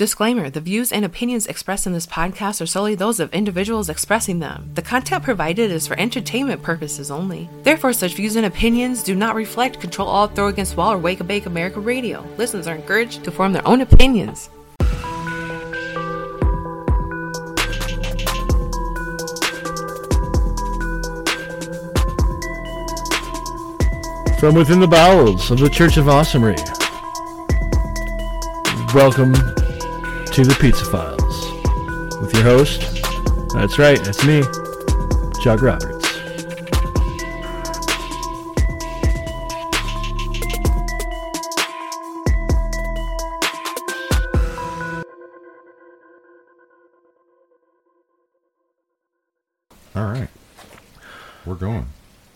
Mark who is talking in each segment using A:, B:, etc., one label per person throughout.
A: Disclaimer The views and opinions expressed in this podcast are solely those of individuals expressing them. The content provided is for entertainment purposes only. Therefore, such views and opinions do not reflect Control All Throw Against Wall or Wake a Bake America Radio. Listeners are encouraged to form their own opinions.
B: From within the bowels of the Church of Awesomery, welcome to the Pizza Files with your host. That's right, that's me, Chuck Roberts. All right,
C: We're going.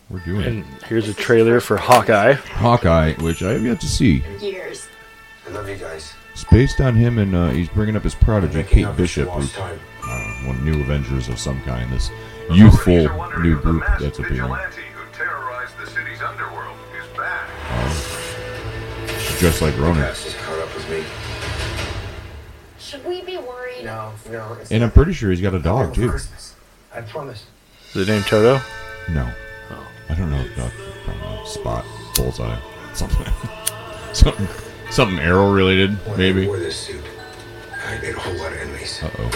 C: We're doing
B: and
C: it.
B: here's a trailer for Hawkeye.
C: Hawkeye, which I have yet to see.
D: years.
E: I love you guys.
C: It's based on him, and uh, he's bringing up his prodigy,
E: Making
C: Kate
E: up
C: Bishop,
E: for lost
C: who's
E: time.
C: uh, one new Avengers of some kind. This youthful new group that's appearing.
F: who terrorized the city's underworld is back.
C: She's dressed like Ronan.
E: Past is caught up with me.
D: Should we be worried?
E: No, no. It's
C: And I'm pretty sure he's got a dog, too.
E: Christmas. I promise.
B: Is it named Toto?
C: No. I don't know. Dog, probably spot, bullseye, something. something, something arrow related,
E: When I
C: maybe.
E: wore this suit, I made a whole lot of enemies.
C: Uh oh.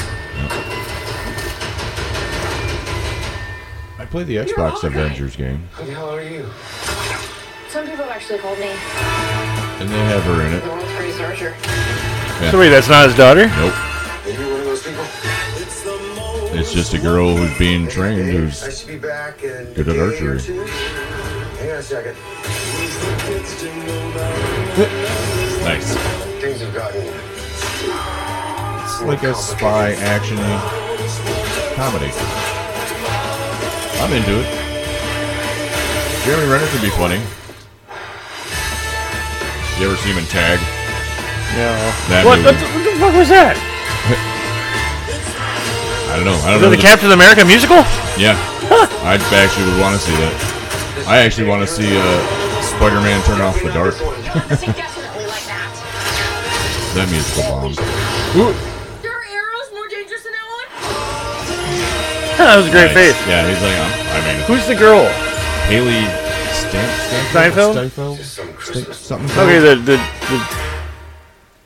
C: I played the Xbox Avengers game,
E: Who the hell are you?
D: Some people have actually called me
C: and they have her in it.
D: the world's greatest archer.
B: So wait, that's not his daughter?
C: Nope.
E: Are you one of those people?
C: It's just a girl who's being trained
E: Hey, I
C: who's
E: should be back in
C: good at
E: a day or
C: archery.
E: two. Hang on a second.
C: nice.
E: Things have gotten
C: It's like a spy action comedy. I'm into it. Jeremy Renner could be funny. You ever see him in Tag?
B: Yeah.
C: That
B: What,
C: movie.
B: what, the, what the fuck was that?
C: I don't know. I
B: Is
C: don't
B: that
C: know.
B: the Captain America musical?
C: Yeah. I actually would want to see that. I actually want to see uh, Spider-Man turn off the dark.
D: See, definitely like that.
C: That musical bombs.
D: There are arrows more dangerous than that one?
B: that was a great
C: Nice.
B: face.
C: Yeah, he's like, I'm, I mean,
B: Who's the girl?
C: Haley Stan-
B: Steinfeld?
E: some
C: Sta-
E: Christmas.
C: something.
B: Okay, the, the, the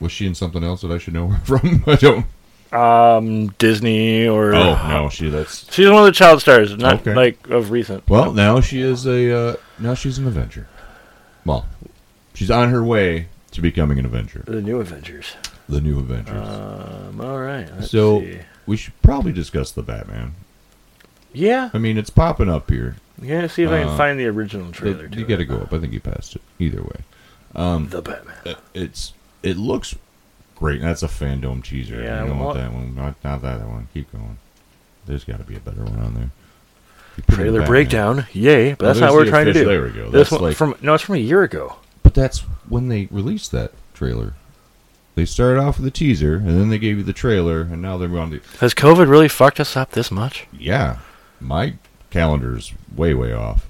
C: was she in something else that I should know her from? I don't.
B: um Disney or
C: Oh no, she that's.
B: She's one of the child stars, not
C: Okay.
B: like of recent.
C: Well, now she is a. Uh, now she's an Avenger. Well, she's on her way to becoming an Avenger,
B: the new Avengers.
C: the new Avengers.
B: Um, all right. let's
C: so
B: see.
C: we should probably discuss the Batman.
B: yeah,
C: I mean, it's popping up here.
B: yeah. See if I
C: Uh,
B: can find the original trailer.
C: It-
B: to
C: you got to go up. I think you passed it. Either way,
B: the Batman.
C: Uh, it's it looks great. That's a fandom cheeser.
B: Yeah,
C: you don't want
B: well-
C: that one. Not, not that one. Keep going. There's got to be a better one on there. You put in
B: Trailer
C: Batman.
B: breakdown. Yay! But
C: Well,
B: that's not
C: there's
B: what we're
C: the
B: trying to do.
C: official- there we go,
B: This
C: that's
B: one
C: like-
B: from no, it's from a year ago.
C: But that's when they released that trailer. They started off with a teaser, and then they gave you the trailer, and now they're on the
B: Has COVID really fucked us up this much?
C: yeah. My calendar's way way off.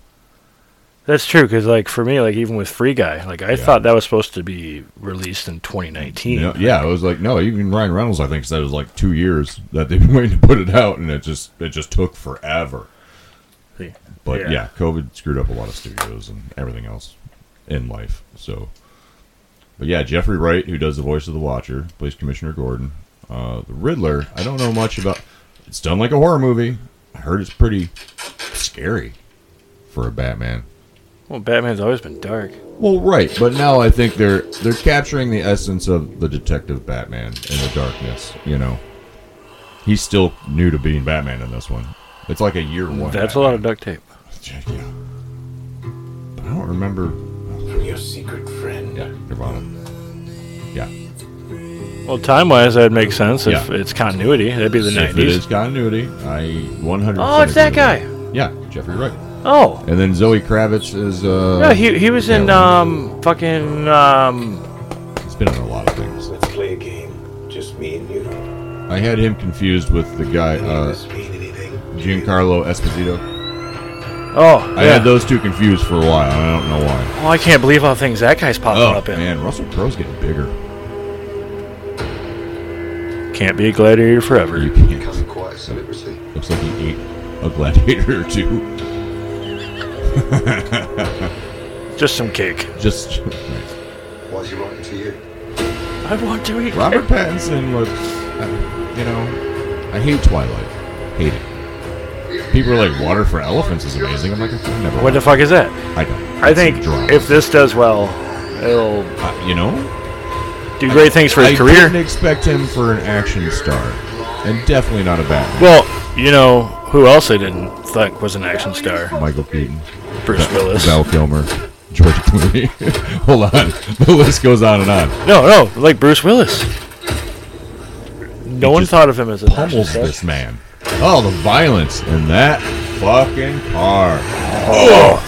B: That's true. Because like for me, like even with Free Guy, like I
C: Yeah.
B: thought that was supposed to be released in 2019.
C: No- yeah, it was like no. Even Ryan Reynolds, I think, said it was like two years that they've been waiting to put it out, and it just it just took forever.
B: See?
C: But yeah. COVID screwed up a lot of studios and everything else in life. So, but yeah, Jeffrey Wright, who does the voice of the Watcher, plays Commissioner Gordon. Uh, the Riddler, I don't know much about. It's done like a horror movie. I heard it's pretty scary for a Batman.
B: Well, Batman's always been dark.
C: Well, right, but now I think they're they're capturing the essence of the detective Batman in the darkness. You know, he's still new to being Batman in this one. It's like a year one.
B: That's a lot of duct tape.
C: Yeah. But I don't remember.
E: I'm your secret friend.
C: Yeah, Nirvana. Yeah.
B: Well, time wise, that'd make sense if
C: Yeah.
B: it's continuity. That'd be the
C: If it
B: 90s.
C: is continuity, I 100.
B: Oh, it's that guy.
C: Yeah, Jeffrey Wright.
B: Oh,
C: And then Zoe Kravitz is. Uh,
B: no, he he was in
C: yeah,
B: um fucking um
C: He's been in a lot of things.
E: Let's play a game. Just me and you.
C: I had him confused with the guy
E: None of
C: uh,
E: this mean anything.
C: Giancarlo Esposito.
B: oh
C: I had those two confused for a while, and I don't know why.
B: Oh, I can't believe how things that guy's popping
C: Oh
B: up in.
C: man, Russell Crowe's getting bigger.
B: can't be a gladiator forever.
C: You can't.
E: Coming quite deliberately.
C: Looks like he ate a gladiator or two.
B: Just some cake.
C: Just right.
E: Why is he writing to you?
B: I want to eat.
C: Robert Pattinson was, uh, you know, I hate Twilight. Hate it. People are like, water for elephants is amazing. I'm like, I've never.
B: What the fuck is that?
C: I don't.
B: I
C: It's a
B: think
C: drama.
B: if this does well, it'll
C: Uh, you know,
B: do great things for
C: I
B: his career.
C: didn't expect him for an action star, and definitely not a Batman.
B: Well, you know who else I didn't think was an action star?
C: Michael Keaton,
B: Bruce Willis.
C: Val Kilmer, George Clooney. Hold on, the list goes on and on.
B: No, no, like Bruce Willis. No
C: He
B: one
C: just
B: thought of him as an action
C: Pummels
B: star.
C: this man. Oh, the violence in that fucking car.
B: Oh!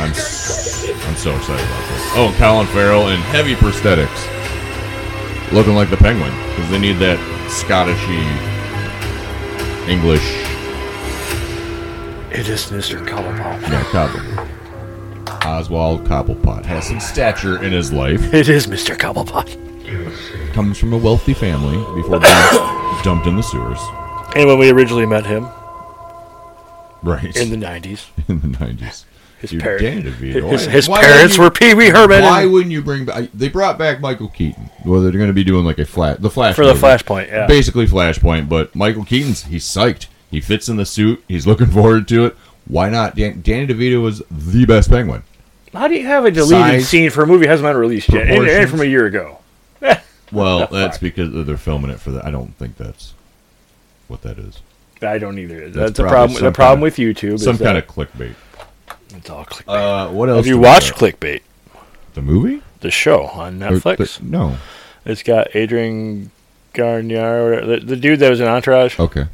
C: I'm s- I'm so excited about this. Oh, and Colin Farrell in heavy prosthetics, looking like the Penguin because they need that Scottishy English.
B: It is Mr. Cobblepot.
C: Yeah, Cobblepot. Oswald Cobblepot has some stature in his life.
B: It is Mr. Cobblepot.
C: Comes from a wealthy family before being dumped in the sewers.
B: And when we originally met him
C: Right
B: in the '90s,
C: in the nineties.
B: his
C: You're
B: parents,
C: damned if you-
B: his,
C: why-
B: his
C: why
B: parents were
C: wouldn't
B: Pee Wee
C: you-
B: Herman
C: Why
B: and-
C: wouldn't you bring back? They brought back Michael Keaton. Well, they're going to be doing like a flat the Flash
B: for the
C: movie.
B: Flashpoint. Yeah,
C: basically Flashpoint. But Michael Keaton's he's psyched. He fits in the suit. He's looking forward to it. Why not? Dan- Danny DeVito was the best Penguin.
B: how do you have a deleted
C: Size,
B: scene for a movie that hasn't been released yet, and, and
C: proportions.
B: from a year ago?
C: Well, that's because they're filming it for that. I don't think that's what that is.
B: I don't either.
C: That's
B: That's, the
C: probably
B: problem.
C: some
B: The problem
C: kind
B: with YouTube.
C: Some
B: is
C: kind
B: that
C: of clickbait.
B: It's all clickbait.
C: Uh, what else?
B: Have you
C: do we
B: watched
C: got?
B: clickbait?
C: the movie?
B: The show on
C: Or
B: Netflix.
C: the- no.
B: It's got Adrian Garnier, or whatever- the, the dude that was in Entourage.
C: Okay.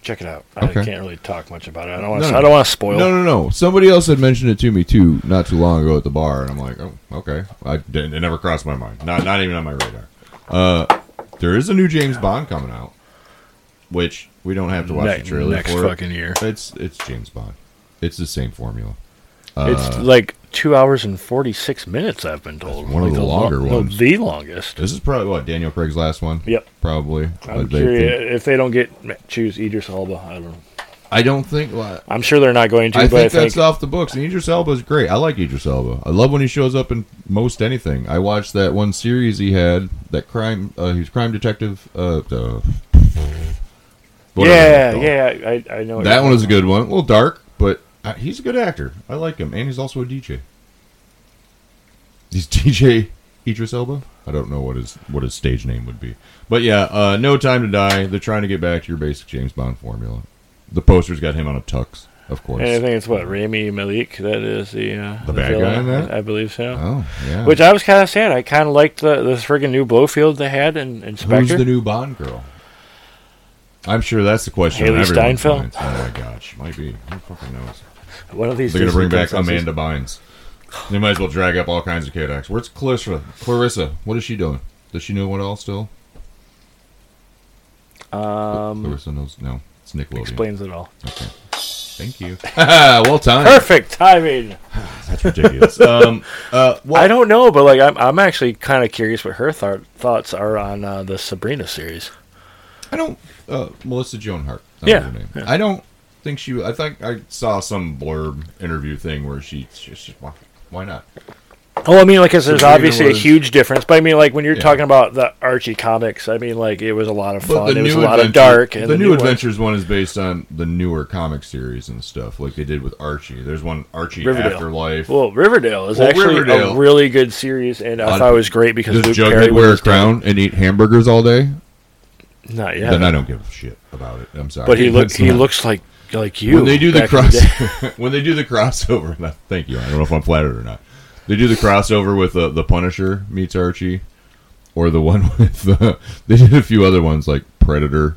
B: Check it out.
C: Okay.
B: I can't really talk much about it. I don't want.
C: No,
B: to.
C: no.
B: I don't want to spoil.
C: No, no, no. Somebody else had mentioned it to me too, not too long ago at the bar, and I'm like, oh, okay. I didn't, it never crossed my mind. Not, not even on my radar. Uh, there is a new James Bond coming out, which we don't have to watch
B: Ne-
C: the trailer
B: next
C: for.
B: fucking year.
C: It's it's James Bond. It's the same formula.
B: It's like two hours and forty six minutes. I've been told.
C: Uh, one of
B: Like
C: the
B: lo-
C: longer
B: no,
C: ones.
B: the longest.
C: This is probably what Daniel Craig's last one.
B: Yep.
C: Probably. Uh,
B: I'm
C: they
B: curious
C: think-
B: if they don't get choose Idris Elba. I don't know.
C: I don't think. well,
B: I'm sure they're not going to, but
C: I think
B: I
C: that's
B: think
C: off the books. And Idris Elba is great. I like Idris Elba. I love when he shows up in most anything. I watched that one series he had, that crime. Uh, he was crime detective. Uh, uh,
B: yeah,
C: whatever it's
B: yeah. I, I know
C: called.
B: what
C: That
B: you're
C: one was a
B: talking
C: good one. A little dark, but uh, he's a good actor. I like him, and he's also a DJ. He's DJ Idris Elba. I don't know what his what his stage name would be, but yeah, uh, No Time to Die. They're trying to get back to your basic James Bond formula. The poster's got him on a tux, of
B: about.
C: course.
B: And I think it's what Rami Malik. That is the uh,
C: The bad guy
B: villain,
C: in that?
B: I believe so.
C: Oh, yeah.
B: Which I was kind of sad. I kind of liked the this friggin' new Blowfield they had in
C: Who's
B: Inspector.
C: the new Bond girl? I'm sure that's the question.
B: Hailee
C: on everyone's
B: Steinfeld?
C: minds. Oh my gosh, might be. Who fucking knows?
B: One of these.
C: They're gonna
B: Disney
C: bring back
B: princesses.
C: Amanda Bynes. They might as well drag up all kinds of Kodaks. Where's Clarissa? Clarissa, what is she doing? Does she know what all still?
B: Um,
C: Clarissa knows. No, it's Nickelodeon.
B: explains it all.
C: Thank you. well timed.
B: Perfect timing.
C: That's ridiculous. um, uh, what?
B: I don't know, but like I'm, I'm actually kind of curious what her thou- thoughts are on uh, the Sabrina series.
C: I don't. Uh, Melissa Joan Hart. That
B: Yeah,
C: was her name.
B: yeah.
C: I don't think she. I think I saw some blurb interview thing where she. She's just why, why not?
B: Oh, I mean, like, 'cause there's
C: Sabrina
B: obviously a
C: was-
B: huge difference, but I mean, like, when you're
C: Yeah.
B: talking about the Archie comics, I mean, like, it was a lot of
C: But
B: fun.
C: the
B: It was a
C: new
B: lot
C: adventure-
B: of dark. And
C: the, new,
B: one-
C: adventures one is based on the newer comic series and stuff, like they did with Archie. There's one Archie
B: Riverdale.
C: Afterlife.
B: Well, Riverdale is
C: Well,
B: actually
C: Riverdale-
B: a really good series, and I
C: On-
B: thought it was great because
C: Does
B: Luke Perry
C: Jughead wear a
B: was
C: crown and eat hamburgers all day?
B: not yet,
C: Then I don't give a shit about it. I'm sorry,
B: but he look
C: That's
B: he
C: not-
B: looks like like you
C: when they do the
B: back in
C: cross
B: day.
C: when they do the crossover. no, Thank you. I don't know if I'm flattered or not. They do the crossover with uh, the Punisher meets Archie, or the one with uh, they did a few other ones like Predator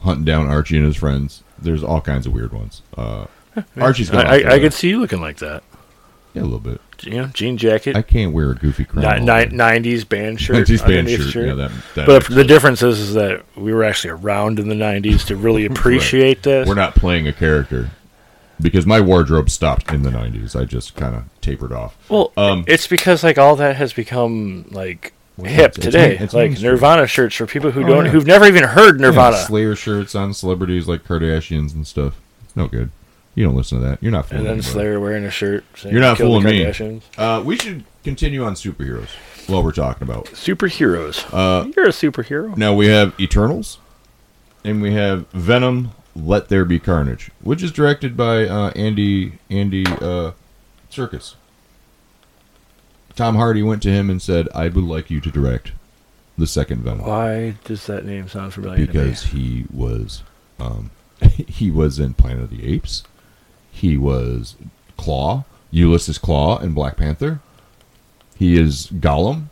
C: hunting down Archie and his friends. There's all kinds of weird ones. Uh, Archie's
B: I,
C: got. off
B: I, I
C: there.
B: could see you looking like that.
C: Yeah, a little bit.
B: You know, jean jacket,
C: I can't wear a goofy crown.
B: ni-
C: all
B: ni-
C: day.
B: 90s band shirt,
C: 90s band
B: underneath
C: shirt. Yeah, that, that
B: but
C: makes
B: if the
C: sense.
B: difference is, is that we were actually around in the 90s to really appreciate this.
C: We're not playing a character. because my wardrobe stopped in the 90s. I just kind of tapered off.
B: Well,
C: Um,
B: it's because like all that has become like
C: Well,
B: hip
C: it's- it's
B: today.
C: main- it's
B: like
C: mainstream.
B: Nirvana shirts for people who don't
C: yeah.
B: who've never even heard
C: Yeah,
B: Nirvana.
C: Slayer shirts on celebrities like Kardashians and stuff. It's no good. You don't listen to that. You're not
B: and
C: fooling
B: then
C: anybody.
B: Slayer wearing a shirt. saying,
C: You're not
B: "Kill the
C: fooling me.
B: Kardashians."
C: Uh, we should continue on superheroes while we're talking about.
B: Superheroes. You're a superhero.
C: Now we have Eternals, and we have Venom. Let there be carnage, which is directed by uh, Andy Andy uh, Circus. Tom Hardy went to him and said, "I would like you to direct the second Venom
B: Why does that name sound familiar?
C: because
B: to me?
C: he was um, he was in Planet of the Apes, he was Claw, Ulysses Claw, and Black Panther. He is Gollum.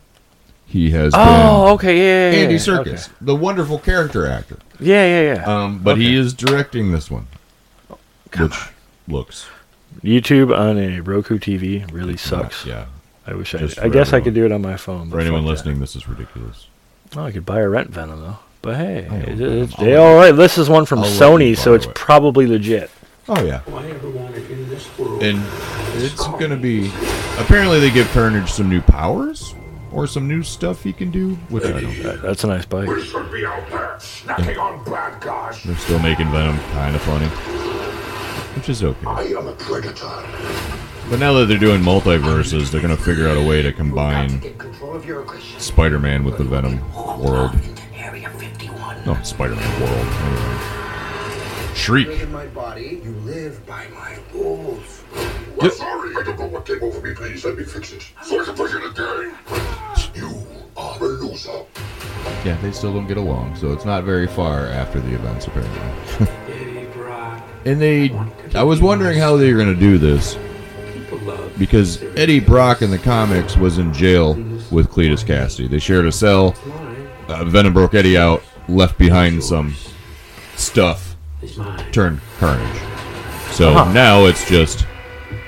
C: He has been
B: Oh, okay, yeah, yeah, yeah.
C: Andy
B: yeah,
C: Circus, the wonderful character actor.
B: okay. Yeah, yeah, yeah.
C: Um, but
B: Okay. Oh,
C: he is directing this one, which looks
B: YouTube on a Roku TV really sucks.
C: Yeah,
B: I wish I.
C: Just
B: Did. I
C: for
B: guess I
C: everyone.
B: could do it on my phone.
C: for
B: but
C: anyone
B: fuck that.
C: listening, this is ridiculous.
B: Oh, I could buy a rent Venom though. But hey,
C: I own
B: it-
C: Venom.
B: it's-
C: I'll
B: they-
C: let
B: all
C: you-
B: right. This is one from
C: I'll let you
B: Sony, so
C: borrow
B: it's
C: it.
B: probably legit.
C: Oh yeah,
E: Why everyone in this world?
C: and it's gonna be. Apparently, they give Carnage some new powers or some new stuff he can do, which I don't.
B: That- that's a nice bike.
F: should be out there, snacking on bad guys.
C: They're still making Venom kind of funny, which is okay.
F: am a predator.
C: But now that they're doing multiverses, they're gonna figure out a way to combine
E: Get control of your aggression.
C: Spider-Man with the Venom world.
E: Area 51.
C: No, Spider-Man world. Anyway. Shriek.
E: In my body, you live by my rules.
F: I'm sorry. I don't know what came over me. Please let me fix it. So I can push it again. You are a loser.
C: Yeah, they still don't get along, so it's not very far after the events, apparently.
E: Eddie Brock.
C: And they. I was wondering how they were going to do this,
E: People love
C: because Eddie Brock in the comics was in jail with Cletus Cassidy. They shared a cell.
E: mine.
C: Uh, Venom broke Eddie out, left behind some stuff,
E: It's mine.
C: turned Carnage. So
B: Uh-huh.
C: now it's just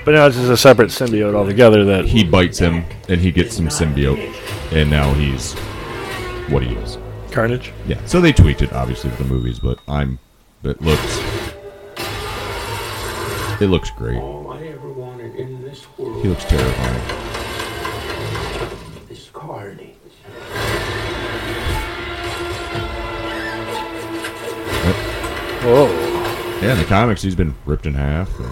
B: But now it's just a separate symbiote altogether. That
C: he bites him, and he gets some symbiote, and now he's what he is.
B: Carnage.
C: Yeah. So they tweaked it, obviously, with the movies, but I'm. It looks. It looks great.
E: All I ever wanted in this world
C: He looks terrifying.
E: is carnage.
B: Whoa,
C: Yeah, in the comics, he's been ripped in half, and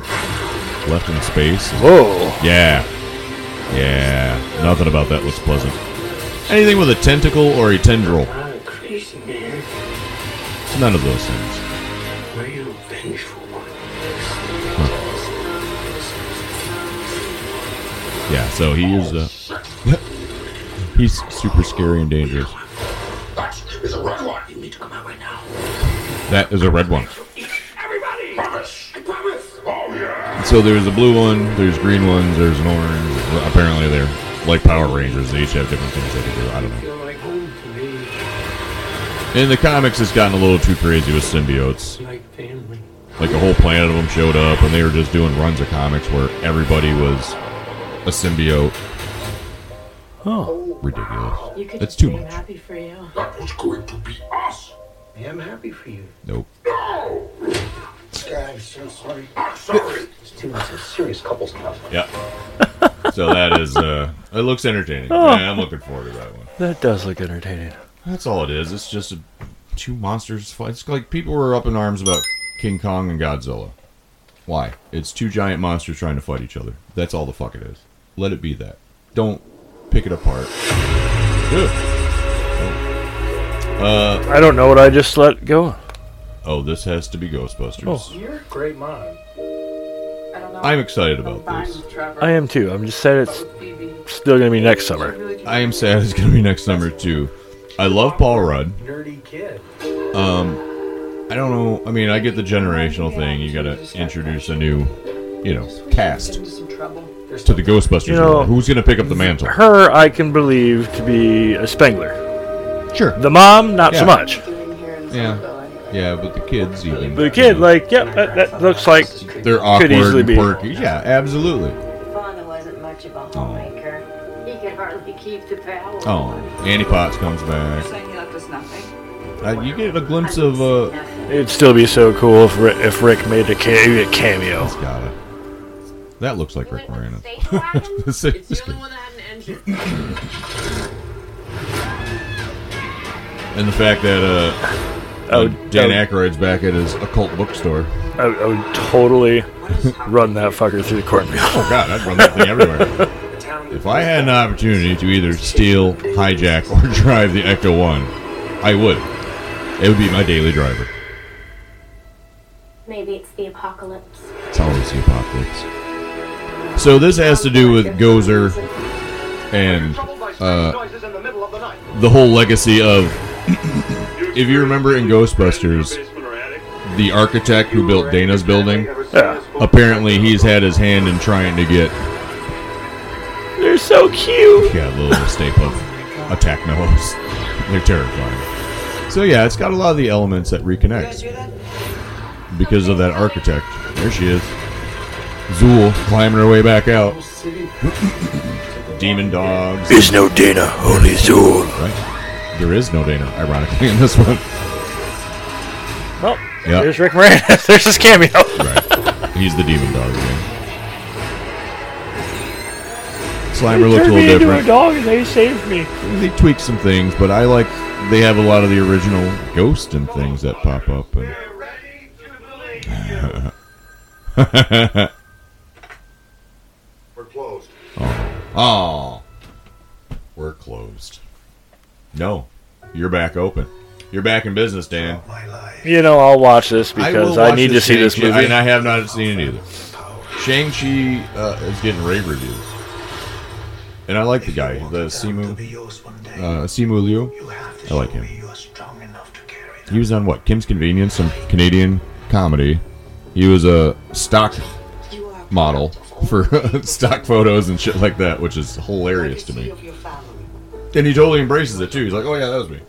C: left in space.
B: whoa.
C: Yeah. Yeah. Nothing about that looks pleasant. Anything with a tentacle or a tendril.
E: I'm a crazy man.
C: None of those things.
E: Were you a vengeful one?
C: Yeah, so he is. Uh, he's super scary and dangerous.
F: That is a red one.
E: You need to come out right now.
C: That is a red one.
F: Everybody! Promise! I promise! Oh, yeah!
C: So there's a blue one, there's green ones, there's an orange. Apparently, they're like Power Rangers. They each have different things they can do. I don't know.
E: You're like home to me,
C: In the comics, it's gotten a little too crazy with symbiotes.
E: like family.
C: Like a whole planet of them showed up, and they were just doing runs of comics where everybody was a symbiote.
B: Oh.
G: You
C: Ridiculous.
G: could
C: It's
G: just
C: too
G: say I'm
C: much.
G: happy for you.
F: That was going to be us!
E: Yeah, I'm happy for you.
C: Nope.
F: No!
E: God, I'm so sorry.
F: I'm sorry!
E: It's too much of serious couples stuff.
C: Yeah. so that is. uh It looks entertaining. Yeah, I'm looking forward to that one.
B: That does look entertaining.
C: That's all it is. It's just a, two monsters fight. It's like people were up in arms about King Kong and Godzilla. Why? It's two giant monsters trying to fight each other. That's all the fuck it is. Let it be that. Don't pick it apart. Ugh.
B: I don't know what I just let go.
C: Oh, this has to be Ghostbusters.
E: You're a great mom.
G: I
B: Oh.
G: don't know.
C: I'm excited about
G: fine
C: this.
G: with Trevor.
B: I am too. I'm just sad it's
G: Phoebe.
B: still gonna be next summer.
G: Really do.
C: I am sad it's going to be next summer, too. I love Paul Rudd.
E: Nerdy kid.
C: I don't know. I mean, I get the generational thing. You got to introduce a new, you know, cast
G: Into some trouble.
C: to the Ghostbusters.
B: You know,
C: role. Who's going to pick up the mantle?
B: Her, I can believe to be a Spengler.
C: Sure.
B: The mom, not
C: Yeah.
B: so much.
G: Doing here in
C: Yeah.
G: Somerville anyway.
C: Yeah, but the kids even.
B: The kid, like, yep, that, that looks like.
C: they're awkward
B: easily
C: and
B: be.
C: quirky. Yeah, absolutely.
H: Father wasn't much of a homemaker. He could hardly keep the power.
C: Oh, Annie Potts comes back.
D: Saying he left us nothing.
C: Uh, you get a glimpse of uh,
B: It'd still be so cool if Rick, if Rick made a ca- a cameo.
C: It's got it. That looks like Rick Moranis.
G: Station wagon?
C: This is-
G: It's the only one that had an engine.
C: and the fact that uh,
B: Oh,
C: Dan
B: oh,
C: Aykroyd's back at his occult bookstore.
B: I, I would totally run that fucker through the cornfield.
C: Oh God, I'd run that thing everywhere.
E: The town
C: If I had an opportunity to either steal, hijack, or drive the Ecto One, I would. It would be my daily driver.
H: Maybe it's the apocalypse.
C: It's always the apocalypse. So this has to do with Gozer and uh, the whole legacy of. if you remember in Ghostbusters, the architect who built Dana's building,
B: Yeah.
C: apparently he's had his hand in trying to get
B: They're so cute.
C: yeah, a little escape of attack mellows. They're terrifying. So yeah, it's got a lot of the elements that reconnect because of that architect. There she is, Zool climbing her way back out. Demon dogs.
B: There's no Dana, only Zool.
C: Right? There is no Dana, ironically, in this one.
B: Well,
C: Yeah.
B: there's Rick Moranis. There's his cameo.
C: Right. He's the demon dog again. Slimer looked a little different.
B: dog and they saved me.
C: they tweak some things, but I like they have a lot of the original ghost and things that pop up. And...
F: We're closed.
C: oh, we're closed. No, you're back open. You're back in business, Dan.
B: You know, I'll watch this
C: will
B: because I,
C: watch
B: need to see this
C: Shang-Chi,
B: movie.
C: and I have not seen it either. Shang Chi uh, is getting rave reviews, and I like the guy, the Simu, uh, Simu Liu. I like him. He was on what? Kim's Convenience, some Canadian comedy. He was a stock model for stock photos and shit like that, which is hilarious to me. And he totally embraces it too. He's like, "Oh yeah, that was me."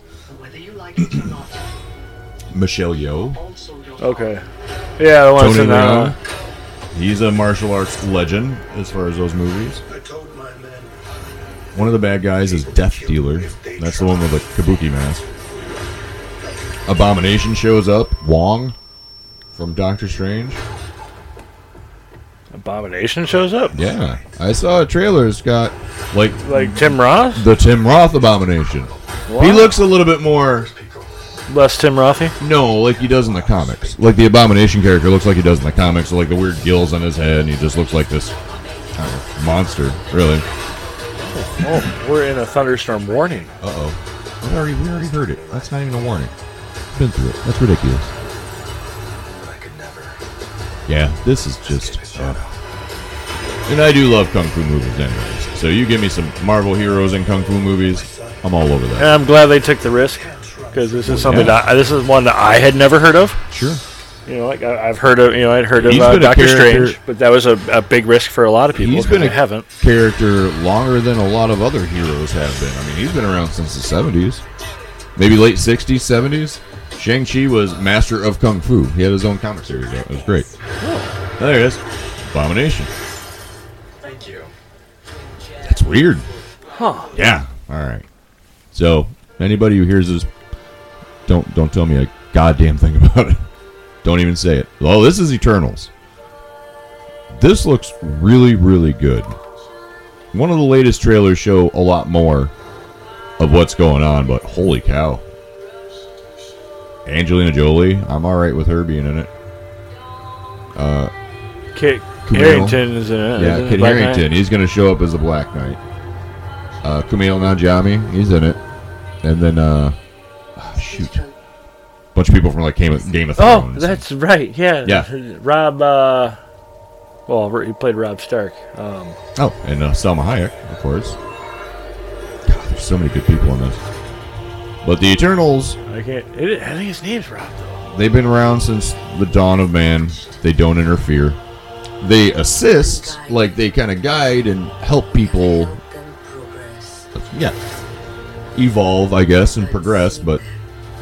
C: Michelle Yeoh,
B: Okay. Yeah, I want to
C: Tony
B: see that
C: Leon.
B: one.
C: He's a martial arts legend as far as those movies. One of the bad guys is Death Dealer. That's the one with the kabuki mask. Abomination shows up. Wong from Doctor Strange.
B: Abomination shows up.
C: Yeah, I saw a trailer. It's got like
B: Like Tim Roth?
C: the Tim Roth abomination. He looks a little bit more
B: Less Tim Rothy?
C: no, like he does in the comics. Like the abomination character looks like he does in the comics, with, like the weird gills on his head, and he just looks like this kind of monster. Really?
B: Oh, we're in a thunderstorm warning.
C: Uh oh. We already we already heard it. That's not even a warning. Been through it. That's ridiculous. Yeah, this is just. Uh, and I do love kung fu movies, anyways. So you give me some Marvel heroes and kung fu movies, I'm all over that.
B: And I'm glad they took the risk because this is something
C: yeah.
B: that this is one that I had never heard of.
C: Sure.
B: You know, like I, I've heard of, you know, I'd heard of
C: He's
B: uh,
C: been a
B: Doctor
C: character-
B: Strange, but that was a, a big risk for a lot of people.
C: He's been
B: I
C: a
B: haven't.
C: character longer than a lot of other heroes have been. I mean, he's been around since the 70s, maybe late 60s, 70s. Shang-Chi was master of kung fu. He had his own comic series. out. It was great.
B: Oh,
C: There it is. Abomination. Thank you. That's weird.
B: Huh.
C: Yeah. All right. So, anybody who hears this, don't don't tell me a goddamn thing about it. Don't even say it. Oh, this is Eternals. This looks really, really good. One of the latest trailers show a lot more of what's going on, but holy cow. Angelina Jolie, I'm all right with her being in it.
B: Kit
C: Kumail.
B: Harrington is in it.
C: Yeah,
B: isn't it?
C: Kid
B: Black Knight?
C: Harrington. He's going to show up as the Black Knight. Uh, Kumail Nanjiani, he's in it. And then, uh, ah, shoot, bunch of people from like Game of, Game of
B: Oh,
C: Thrones.
B: that's right. Yeah.
C: Yeah.
B: Rob. Uh, well, he played Rob Stark. Um,
C: oh, and uh, Selma Hayek, of course. God, there's so many good people in this. But the Eternals,
B: I can't. It, I think his name's Rob though.
C: they've been around since the dawn of man. They don't interfere. They assist, like they kind of guide and help people yeah, evolve, I guess, and progress, but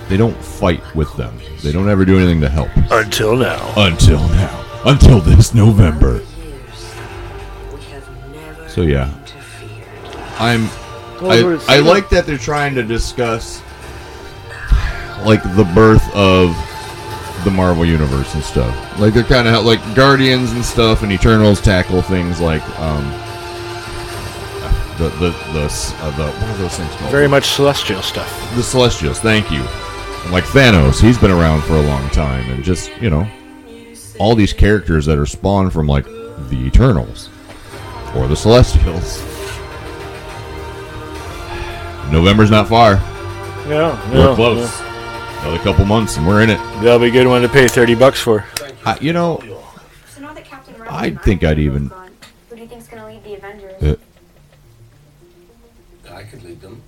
C: they don't fight with them. They don't ever do anything to help.
B: Until now.
C: Until now. Until this November. So, yeah. I'm. I, I like that they're trying to discuss like the birth of the Marvel universe and stuff. Like they're kind of like Guardians and stuff, and Eternals tackle things like um the the the s- uh, the what are those things called?
B: Very much celestial stuff.
C: the Celestials. Thank you. And like Thanos, he's been around for a long time, and just you know, all these characters that are spawned from like the Eternals or the Celestials. November's not far.
B: No, no,
C: We're close. Another couple months, and we're in it.
B: no. That'll be a good one to pay thirty bucks for.
C: I, you know,
H: So now that Captain
C: I think I'd even.
H: Who do you think's gonna lead the Avengers?
C: Uh,
E: I could lead them.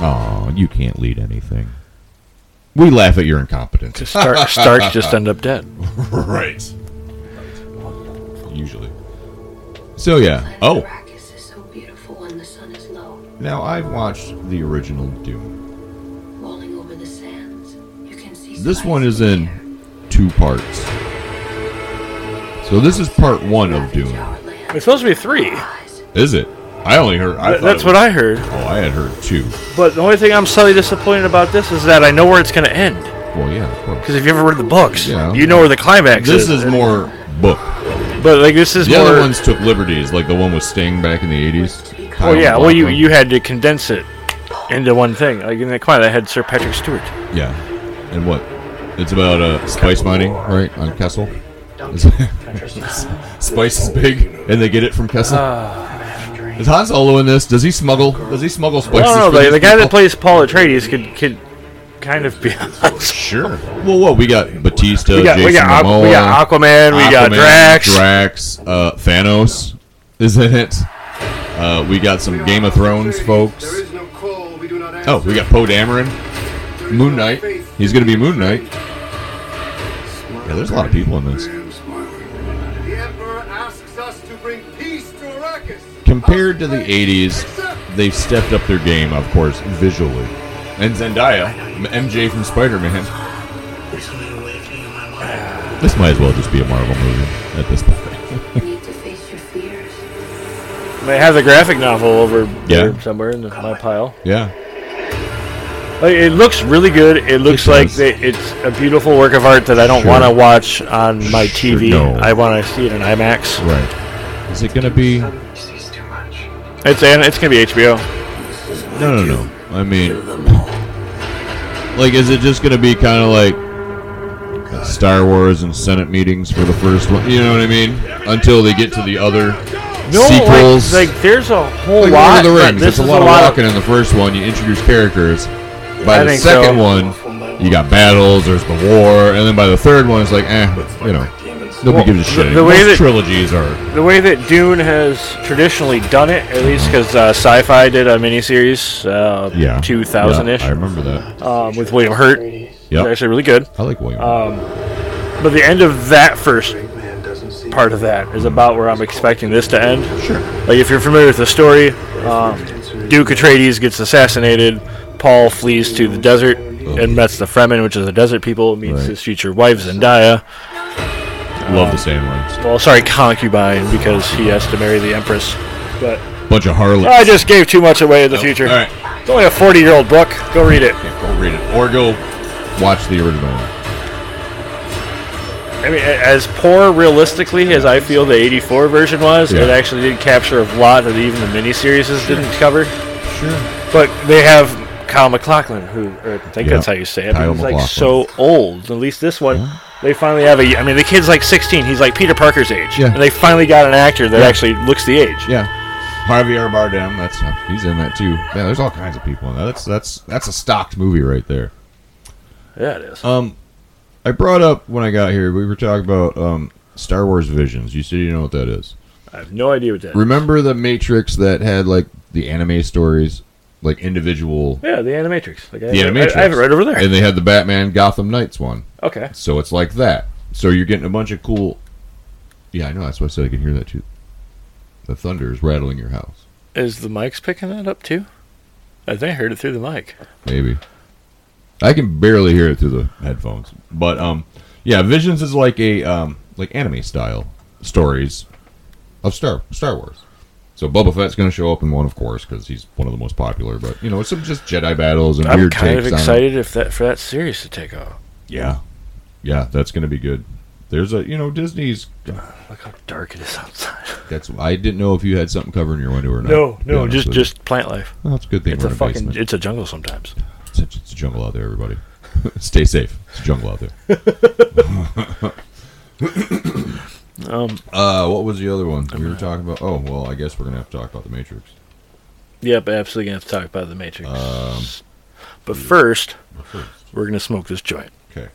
C: Oh, you can't lead anything. We laugh at your incompetence.
B: Because Stark, Stark just end up dead.
C: right. Usually. So yeah. Oh,
H: Arrakis is so beautiful when the sun is low,
C: now I've watched the original Doom.
H: rolling over the sands. You can see.
C: This one is in two parts. So this is part one of Doom.
B: It's supposed to be three.
C: Is it? I only heard. I
B: Th-
C: thought
B: that's
C: it
B: what
C: was-
B: I heard.
C: Oh, I had heard two.
B: But the only thing I'm slightly disappointed about this is that I know where it's going to end.
C: Well, yeah, of course.
B: Because if you ever read the books,
C: Yeah.
B: you know where the climax
C: This
B: is.
C: is more book.
B: But like this is
C: The
B: more.
C: other ones took liberties, like the one with Sting back in the '80s.
B: oh yeah. Well, you you had to condense it into one thing. Like in the climax, I had Sir Patrick Stewart.
C: Yeah. And what? It's about uh, spice mining, right? On Kessel. Is- spice is big, and they get it from Kessel.
B: Uh,
C: is Han Solo in this? Does he smuggle? Does he smuggle
B: I
C: spices?
B: don't know.
C: for
B: The,
C: these
B: the guy that
C: people?
B: plays Paul Atreides could could kind of be.
C: Sure. Well, what we got? Batista,
B: we got
C: Jason
B: we got, Aqu-
C: Momoa,
B: we got Aquaman. We got
C: Aquaman,
B: Drax.
C: Drax, uh, Thanos is in it. Uh, we got some Game of Thrones folks.
I: no call we do not answer.
C: Oh, we got Poe Dameron, Moon Knight. He's gonna be Moon Knight. Yeah, there's a lot of people in this.
I: The Emperor asks us to bring peace to Arrakis.
C: compared to the 80s, they've stepped up their game, of course, visually. And Zendaya, M- MJ from Spider Man. This might as well just be a Marvel movie at this point.
H: You need to face your fears.
B: They have the graphic novel over there
C: Yeah.
B: somewhere in the, my pile.
C: Yeah.
B: Like, it looks really good. It looks
C: It
B: like
C: does.
B: they, it's a beautiful work of art that I don't
C: Sure.
B: want to watch on my
C: Sure,
B: TV.
C: no.
B: I want to see it in IMAX.
C: Right. Is it going to be. No,
B: It's and it's gonna be HBO.
C: no, no. I mean. Like, is it just going to be kind of like Star Wars and Senate meetings for the first one? You know what I mean? Until they get to the other
B: No,
C: sequels.
B: like, like there's a whole
C: Like
B: lot.
C: Lord of the
B: but
C: Rings.
B: This
C: It's a
B: is
C: lot of walking in the first one. You introduce characters. By
B: I
C: the
B: think
C: second
B: so.
C: one, you got battles. There's the war, and then by the third one, it's like, eh, you know,
B: Well,
C: nobody gives a shit.
B: the- the way
C: Most
B: that-
C: trilogies are
B: The way that Dune has traditionally done it, at least because uh, Sci-Fi did a miniseries, uh,
C: yeah,
B: 2000-ish,
C: Yeah, I remember that.
B: um, with William Hurt. It's
C: Yep.
B: actually really good.
C: I like William.
B: Um, But the end of that first part of that is about where I'm expecting this to end.
C: sure.
B: Like, if you're familiar with the story, um, Duke Atreides gets assassinated. Paul flees to the desert and meets the Fremen, which is the desert people. Meets
C: Oh. Right.
B: his future wife Zendaya. uh,
C: Love the Sandworms.
B: Well, sorry, concubine, because he has to marry the Empress. But
C: Bunch of harlots.
B: I just gave too much away in the future.
C: Oh, All right,
B: It's only a 40 year old book. Go read it.
C: yeah, go read it or go watch the original. one.
B: I mean, a- as poor realistically as I feel the 84 version was,
C: Yeah.
B: it actually did capture a lot that even the miniseries didn't cover.
C: Sure.
B: But they have Kyle McLaughlin, who or I think
C: Yeah.
B: that's how you say it. but
C: Kyle
B: he's like
C: MacLachlan.
B: so old. At least this one, they finally have a. I mean, the kid's like 16. He's like Peter Parker's age.
C: Yeah.
B: And they finally got an actor that
C: Yeah.
B: actually looks the age.
C: Yeah. Javier Bardem. That's he's in that too. Yeah, there's all kinds of people in that. That's that's that's a stocked movie right there.
B: Yeah, it is.
C: Um, I brought up when I got here. We were talking about um, Star Wars Visions. You said you know what that is.
B: I have no idea what that.
C: Remember the Matrix that had like the anime stories, like individual.
B: yeah, the Animatrix. Like, I,
C: The
B: have it-
C: Animatrix.
B: I, I have it right over there.
C: And they had the Batman Gotham Knights one.
B: okay.
C: So it's like that. So you're getting a bunch of cool. Yeah, I know. That's why I said I can hear that too. The thunder is rattling your house.
B: Is the mic's picking that up too? I think I heard it through the mic.
C: Maybe. I can barely hear it through the headphones. But um yeah, Visions is like a um like anime style stories of Star Star Wars. So Boba Fett's going to show up in one, of course, because he's one of the most popular. But you know, it's some just Jedi battles and
B: I'm
C: weird
B: kind of
C: takes on it.
B: excited if that for that series to take off.
C: Yeah, yeah, that's going to be good. There's a you know Disney's.
B: Look how dark it is outside.
C: That's I didn't know if you had something covering your window or not.
B: No,
C: to be
B: no,
C: honest
B: just
C: with you.
B: just plant life.
C: Well, that's a good thing
B: It's
C: we're
B: a
C: in a
B: fucking
C: basement.
B: it's a jungle sometimes.
C: It's, a- it's a jungle out there, everybody. Stay safe. It's a jungle out there.
B: Um,
C: Uh, what was the other one we were talking about? Oh, well, I guess we're gonna have to talk about the Matrix.
B: Yep, absolutely gonna have to talk about the Matrix. but first, we're gonna smoke this joint.
C: Okay,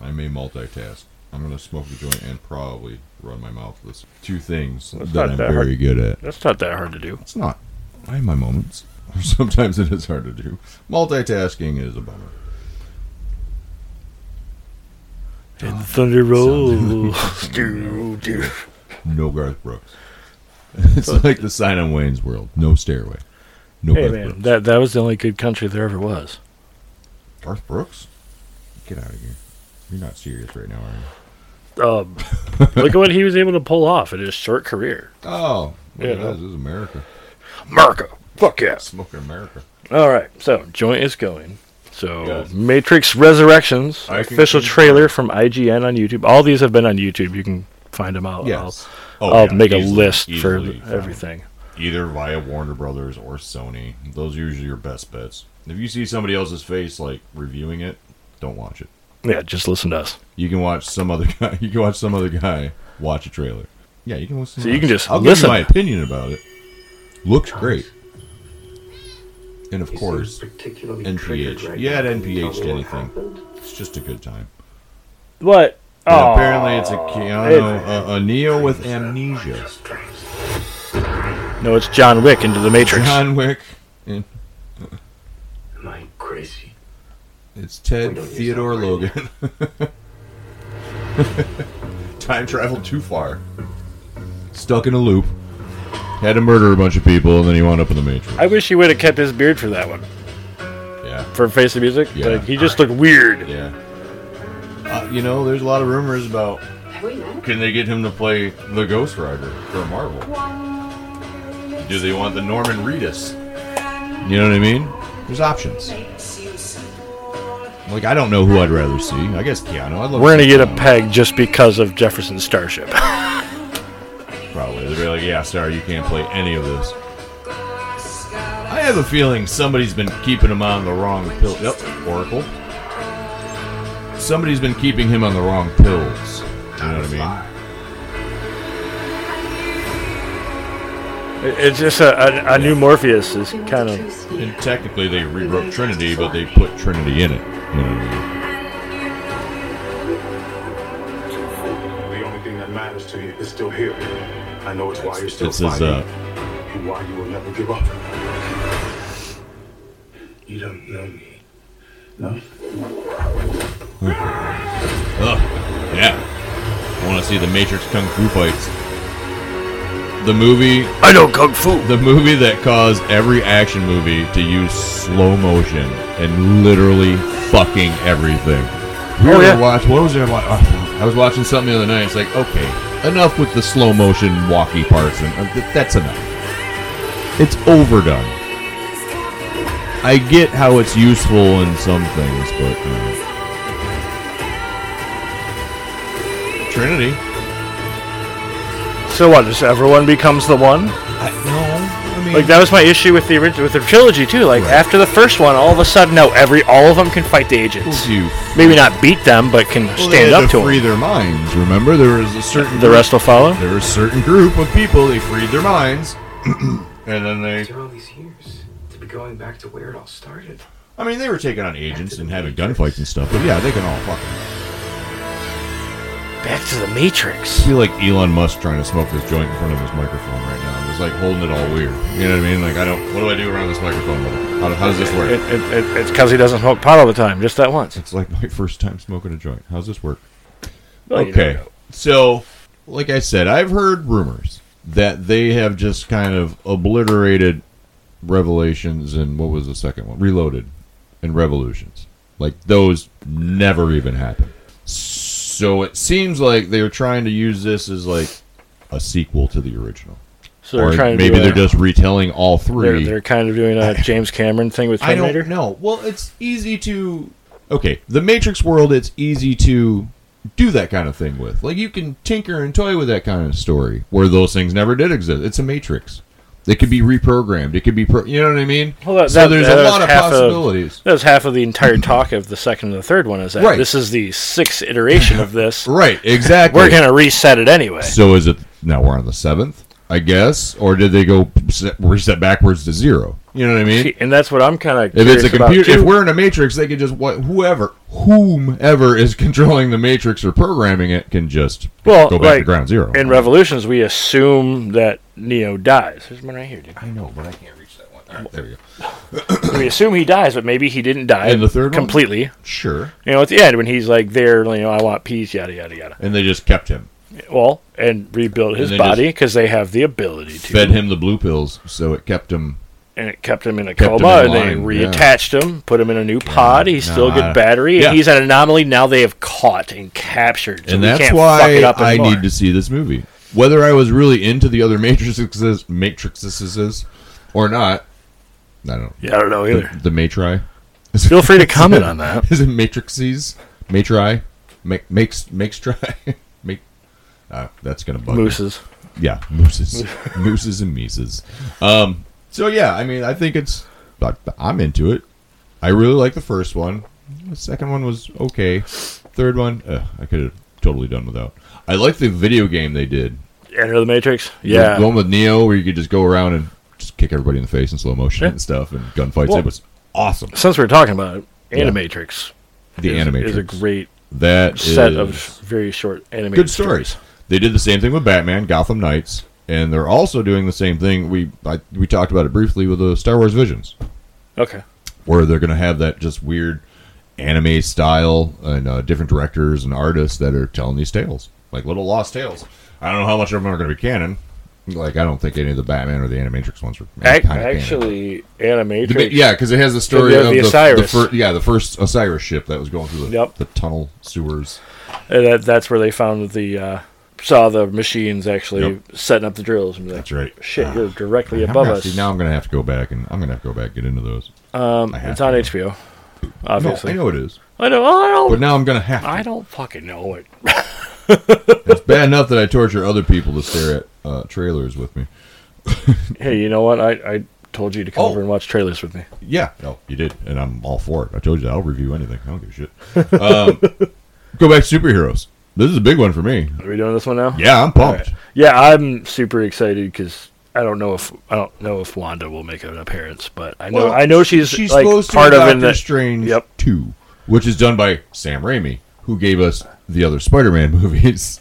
C: I may multitask. I'm gonna smoke a joint and probably run my mouth. This two things
B: That's
C: that
B: not
C: I'm
B: that
C: very good at.
B: That's not that hard to do.
C: It's not. I have my moments. Sometimes it is hard to do. Multitasking is a bummer.
B: And thunder rolls. do, do.
C: No Garth Brooks. It's like the sign on Wayne's World. No stairway. No
B: Hey
C: Garth
B: man,
C: Brooks.
B: that that was the only good country there ever was.
C: Garth Brooks? Get out of here. You're not serious right now, are you?
B: Um, look at what he was able to pull off in his short career.
C: Oh,
B: Yeah,
C: yeah,
B: no.
C: this is America.
B: America, fuck yes.
C: Smoking America.
B: All right, so joint is going. So
C: Yes.
B: Matrix Resurrections
C: I can
B: official
C: confirm.
B: trailer from IGN on YouTube. All these have been on YouTube. You can find them out.
C: Yes.
B: I'll,
C: Oh,
B: I'll
C: yeah,
B: make a
C: easily-
B: list for
C: easily found.
B: everything.
C: Either via Warner Brothers or Sony. Those are usually your best bets. If you see somebody else's face like reviewing it, don't watch it.
B: Yeah, just listen to us.
C: You can watch some other guy. You can watch some other guy watch a trailer. Yeah, you can listen.
B: So
C: to
B: you
C: us.
B: can just
C: I'll
B: listen.
C: give you my opinion about it. Looks great, and of course,
E: particularly
C: NPH. You add NPH to anything, it's just a good time.
B: What?
C: And
B: Oh,
C: apparently, it's a Keanu, a, a Neo with amnesia.
B: no, it's John Wick into the Matrix.
C: John Wick. And
E: Am I crazy?
C: it's Ted Theodore Logan. time traveled too far. Stuck in a loop. Had to murder a bunch of people, and then he wound up in the Matrix.
B: I wish he would have kept his beard for that one
C: yeah.
B: for Face the Music.
C: Yeah.
B: Like he just looked weird.
C: Yeah. Uh, you know, there's a lot of rumors about can they get him to play the Ghost Rider for Marvel? Do they want the Norman Reedus? You know what I mean? There's options. Like I don't know who I'd rather see. I guess Keanu. I'd love
B: We're
C: to
B: gonna
C: see
B: get a
C: Keanu,
B: peg just because of Jefferson Starship.
C: Probably they'd be like, "Yeah, sorry, you can't play any of this." I have a feeling somebody's been keeping him on the wrong pill. Yep, Oracle. Somebody's been keeping him on the wrong pills. You know what I mean?
B: It- it's just a, a, a new Morpheus is kind of
C: And technically, they rewrote Trinity, but they put Trinity in it. You know what I mean?
I: The only thing that matters to you is still here. I know it's why you're still
C: It says,
I: fighting
C: uh,
I: and why you will never give up.
E: You don't know me. No?
C: yeah. I want to see the Matrix Kung Fu fights. The movie,
B: I know kung fu.
C: the movie that caused every action movie to use slow motion and literally fucking everything. We
B: Oh,
C: were
B: yeah.
C: watch. What was I watching? I was watching something the other night. It's like, okay, enough with the slow motion walkie parts, and uh, th- that's enough. It's overdone. I get how it's useful in some things, but uh, you know. Trinity.
B: So what? Just everyone becomes the one?
C: I, no, I mean,
B: Like that was my issue with the original, with the trilogy too. Like
C: Right.
B: after the first one, all of a sudden now every all of them can fight the agents.
C: you
B: Maybe not beat them, but can
C: Well,
B: stand
C: they had
B: up
C: to
B: to
C: free
B: them.
C: their minds. Remember, there was a certain
B: The rest will follow.
C: There was a certain group of people. They freed their minds, and then they.
E: After all these years, to be going back to where it all started.
C: I mean, they were taking on agents and having gunfights and stuff. But yeah, they can all fucking.
B: Back to the Matrix.
C: feel like Elon Musk trying to smoke this joint in front of his microphone right now. Just like holding it all weird. You know what I mean? Like I don't. What do I do around this microphone? How, how does this
B: It,
C: work?
B: it, it, it's because he doesn't smoke pot all the time, just that once.
C: It's like my first time smoking a joint. How's this work?
B: Well, you
C: okay.
B: never know.
C: So, like I said, I've heard rumors that they have just kind of obliterated Revelations and what was the second one? Reloaded and Revolutions. Like those never even happened. So it seems like they're trying to use this as like a sequel to the original.
B: So they're
C: or
B: trying to
C: maybe
B: do a-
C: they're just retelling all
B: they're,
C: 3
B: they're kind of doing a James Cameron thing with
C: I
B: Terminator.
C: don't know. Well, it's easy to okay. The Matrix world, it's easy to do that kind of thing with. Like you can tinker and toy with that kind of story where those things never did exist. It's a Matrix. They could be reprogrammed. It could be, pro- you know what I mean?
B: Well, that,
C: so
B: that-
C: there's
B: that
C: a
B: was
C: lot of
B: half
C: possibilities.
B: that was half of the entire talk of the second and the third one. Is that
C: Right.
B: this is the sixth iteration of this?
C: right? Exactly.
B: We're gonna reset it anyway.
C: So is it now? We're on the seventh, I guess, or did they go set- reset backwards to zero? You know what I mean?
B: And that's what I'm kind of.
C: If it's a computer, if we're in a matrix, they can just what whoever, whomever is controlling the matrix or programming it can just
B: well,
C: go back
B: like,
C: to ground zero.
B: In Revolutions, we assume that Neo dies. There's one right here, dude.
C: I know, but I can't reach that one. All right, there you go.
B: we assume he dies, but maybe he didn't die.
C: In the third one?
B: completely.
C: Sure.
B: You know, at the end when he's like, "There, you know, I want peace," yada yada yada.
C: And they just kept him,
B: Well, and rebuild his
C: And they
B: body because they have the ability to.
C: fed him the blue pills, so it kept him.
B: and it kept him in a
C: Kept him
B: coma,
C: in
B: and they
C: line, yeah.
B: reattached him, put him in a new pod. He's still a
C: nah.
B: good battery,
C: Yeah.
B: and he's an anomaly. Now they have caught and captured, so
C: and
B: we
C: that's
B: can't fuck it
C: why
B: up
C: I
B: anymore.
C: need to see this movie. Whether I was really into the other matrices, matrices or not, I don't.
B: Yeah, I don't know
C: The,
B: either.
C: the matri.
B: Feel free to comment on that.
C: Is it matrices? Matri? Make, makes makes try. Make. Uh, that's gonna bug. me.
B: Mooses.
C: Yeah, mooses, mooses and mises. Um. So yeah, I mean, I think it's. I, I'm into it. I really like the first one. The second one was okay. Third one, uh, I could have totally done without. I like the video game they did.
B: Enter the Matrix.
C: The-
B: Yeah.
C: the one with Neo, where you could just go around and just kick everybody in the face in slow motion
B: Yeah.
C: and stuff, and gunfights.
B: Well-
C: it was awesome.
B: Since we're talking about it,
C: Yeah.
B: Animatrix.
C: The
B: is,
C: animatrix
B: is a great
C: that
B: set
C: is-
B: of very short animated
C: good stories. They did the same thing with Batman, Gotham Knights, and they're also doing the same thing. We I, we talked about it briefly with the Star Wars Visions,
B: Okay.
C: where they're going to have that just weird anime style and uh, different directors and artists that are telling these tales, like little lost tales. I don't know how much of them are going to be canon. Like I don't think any of the Batman or the Animatrix ones were
B: Ac-
C: kinda canon.
B: actually,
C: The bi-
B: Animatrix.
C: yeah, because it has the story
B: The-
C: of
B: the
C: the, the
B: Osiris.
C: fir- yeah, the first Osiris ship that was going through the,
B: Yep.
C: the tunnel sewers.
B: and uh, that, that's where they found the uh, saw the machines actually setting up the drills. And be like,
C: That's right.
B: Shit,
C: Ah.
B: you're directly
C: I'm
B: above
C: gonna-
B: us.
C: see, now I'm gonna have to go back and I'm gonna have to go back and get into those. Um,
B: It's on HBO. Obviously.
C: I know it is,
B: I know. I don't.
C: but now I'm gonna have. To.
B: I don't fucking know it.
C: It's bad enough that I torture other people to stare at uh, trailers with me.
B: Hey, you know what? I, I told you to come
C: Oh.
B: over and watch trailers with me.
C: Yeah, no, you did, and I'm all for it. I told you that I'll review anything. I don't give a shit. Um, go back to superheroes. This is a big one for me.
B: Are we doing this one now?
C: Yeah, I'm
B: All
C: pumped.
B: right. Yeah, I'm super excited because I don't know if I don't know if Wanda will make an appearance, but I know
C: Well,
B: I know she's
C: she's
B: like
C: supposed to
B: part
C: be
B: of
C: Doctor
B: in the
C: Strange
B: Yep.
C: Two, which is done by Sam Raimi, who gave us the other Spider-Man movies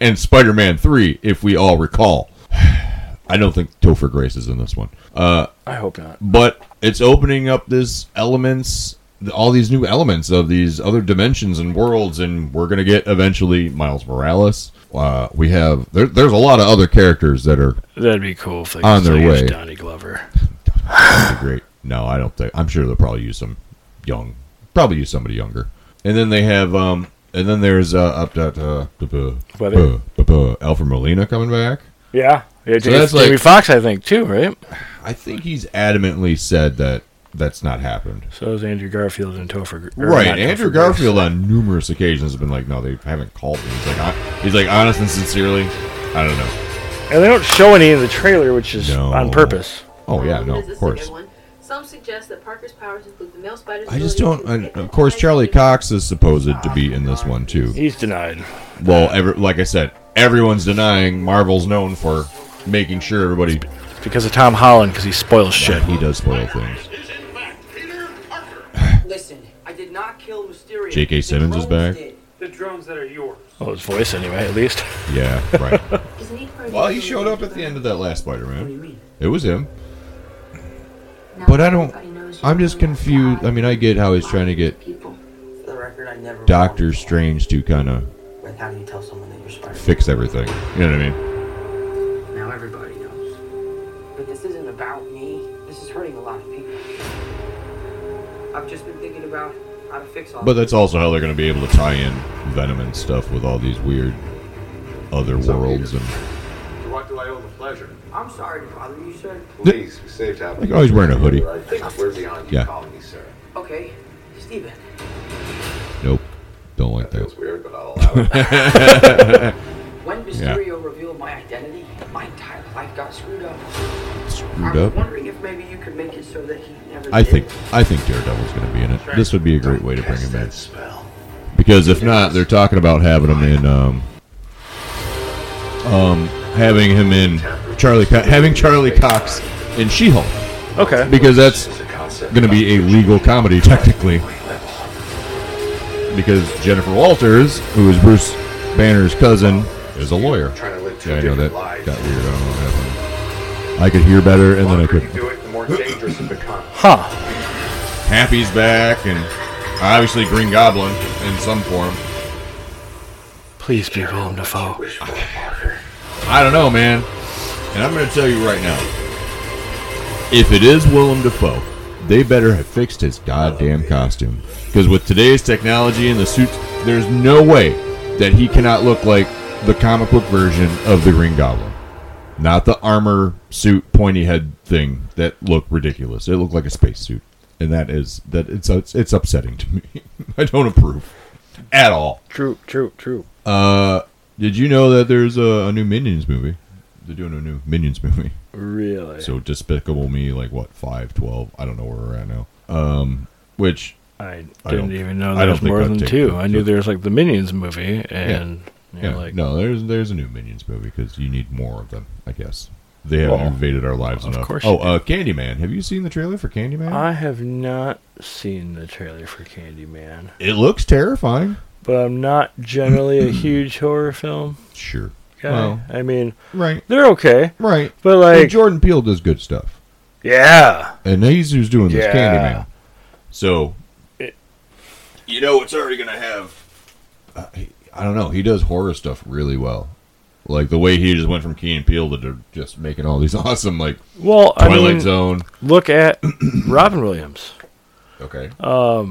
C: and Spider-Man Three, if we all recall. I don't think Topher Grace is in this one, uh,
B: I hope not.
C: but it's opening up this elements, all these new elements of these other dimensions and worlds, and we're gonna get eventually Miles Morales. Uh, we have there, there's a lot of other characters that are
B: That'd be cool if they
C: On
B: could
C: their
B: still use
C: way.
B: Donnie Glover.
C: be great. No, I don't think. I'm sure they'll probably use some young, probably use somebody younger. And then they have, um, and then there's uh, up that uh, buh, buh,
B: Weather.
C: buh, buh, Alfred Molina coming back.
B: Yeah. Yeah, Jamie,
C: that's like-
B: Jamie Fox, I think, too, right?
C: I think he's adamantly said that that's not happened.
B: So is Andrew Garfield and Topher. or
C: Right,
B: not
C: Andrew
B: Topher Grace.
C: Garfield on numerous occasions has been like, no, they haven't called me. He's like, I, he's like, honest and sincerely, I don't know.
B: And they don't show any in the trailer, which is
C: No.
B: on purpose.
C: Oh yeah, no,
G: Is
C: of
G: this a
C: course.
G: good one? Some suggest that Parker's powers include the male spider's
C: I just
G: ability
C: don't.
G: to
C: And
G: escape
C: of course,
G: from
C: Charlie
G: predators.
C: Cox is supposed to be in this one too.
B: He's denied.
C: Well, ever like I said, everyone's denying Marvel's known for making sure everybody
B: It's because of Tom Holland, because he spoils shit.
C: he does spoil things.
F: Is in fact Peter Parker.
D: Listen, I did not kill Mysterio.
C: J.K.
D: The
C: Simmons is
D: drones
C: back?
D: did.
E: The drones that are yours.
B: Well, his voice, anyway, at least.
C: Yeah, right.
H: Isn't he part of
C: well,
H: the
C: he showed up at the end of that last
D: What do you
C: Spider-Man.
D: mean?
C: It was him.
H: Now
C: But I don't.
H: everybody knows you
C: I'm just
H: don't have to
C: confused.
H: hide
C: I mean, I get how he's trying to get
H: people.
D: For the record, I never.
C: Doctor Strange to kind of
D: Like, how do you tell someone that you're Spider?
C: fix everything. You know what I mean?
D: Now everybody knows. But this isn't about me. This is hurting a lot of people. I've just been thinking about how to fix all.
C: But that's also how they're going to be able to tie in Venom and stuff with all these weird other worlds and
I: What do I
E: my own pleasure.
D: I'm sorry to bother you, sir.
I: Please, we saved half.
C: Like, oh, he's wearing a hoodie.
I: I think we're beyond you
C: Yeah.
I: calling me sir.
D: Okay, Steven.
C: Nope. Don't like
I: That feels
C: that.
I: weird, but I'll allow it.
D: When Mysterio revealed my identity, my entire life got screwed up. I
C: Screwed
D: was
C: up.
D: wondering if maybe you could make it so that he never
C: I
D: did.
C: think I think Daredevil's going to be in it. This would be a great way to bring
I: Cast
C: him in
I: that spell.
C: because if not, they're talking about having him in. Um, um, having him in Charlie, Co- having Charlie Cox in She-Hulk
B: Okay.
C: because that's
I: It's a concept.
C: going to be a legal comedy technically. Because Jennifer Walters, who is Bruce Banner's cousin, is a lawyer.
I: Trying to live two
C: Yeah, I know that
I: different lives.
C: got weird. I don't know what happened. I could hear better,
I: The
C: and then I
I: longer you
C: couldn't.
I: do it, the more dangerous it becomes.
B: Huh.
C: Happy's back, and obviously Green Goblin in some form.
B: Please be Willem Dafoe.
I: Wish for a marker.
C: I don't know, man. And I'm going to tell you right now if it is Willem Dafoe, they better have fixed his goddamn costume. Because with today's technology and the suits, there's no way that he cannot look like the comic book version of the Green Goblin. Not the armor suit, pointy head thing that looked ridiculous. It looked like a spacesuit, and that is that it's it's, it's upsetting to me. I don't approve at all.
B: True, true, true.
C: Uh, did you know that there's a, a new Minions movie? They're doing a new Minions movie.
B: Really?
C: So Despicable Me, like what five, twelve? I don't know where we're at now. Um, which
B: I
C: I
B: didn't
C: don't-
B: even know
C: I
B: there
C: don't
B: was
C: think
B: more
C: I'd
B: than
C: take
B: two.
C: the-
B: I knew there was like the Minions movie and you're
C: yeah,
B: like
C: no, there's there's a new Minions movie because you need more of them, I guess. They haven't
B: Well,
C: invaded our lives
B: of
C: enough.
B: course
C: oh,
B: you
C: uh, Candyman. Have you seen the trailer for Candyman?
B: I have not seen the trailer for Candyman,
C: it looks terrifying.
B: but I'm not generally a huge horror film
C: Sure.
B: guy.
C: Well,
B: I mean,
C: right,
B: they're okay,
C: right.
B: but
C: And
B: like,
C: Jordan Peele does good stuff,
B: yeah,
C: and he's who's doing this
B: Yeah.
C: Candyman. So,
B: It-
C: you know, it's already gonna have. Uh, he- I don't know. He does horror stuff really well. Like the way he just went from Key and Peele to- to just making all these awesome like
B: well, I
C: Twilight
B: mean,
C: Zone.
B: look at Robin Williams.
C: Okay.
B: uh,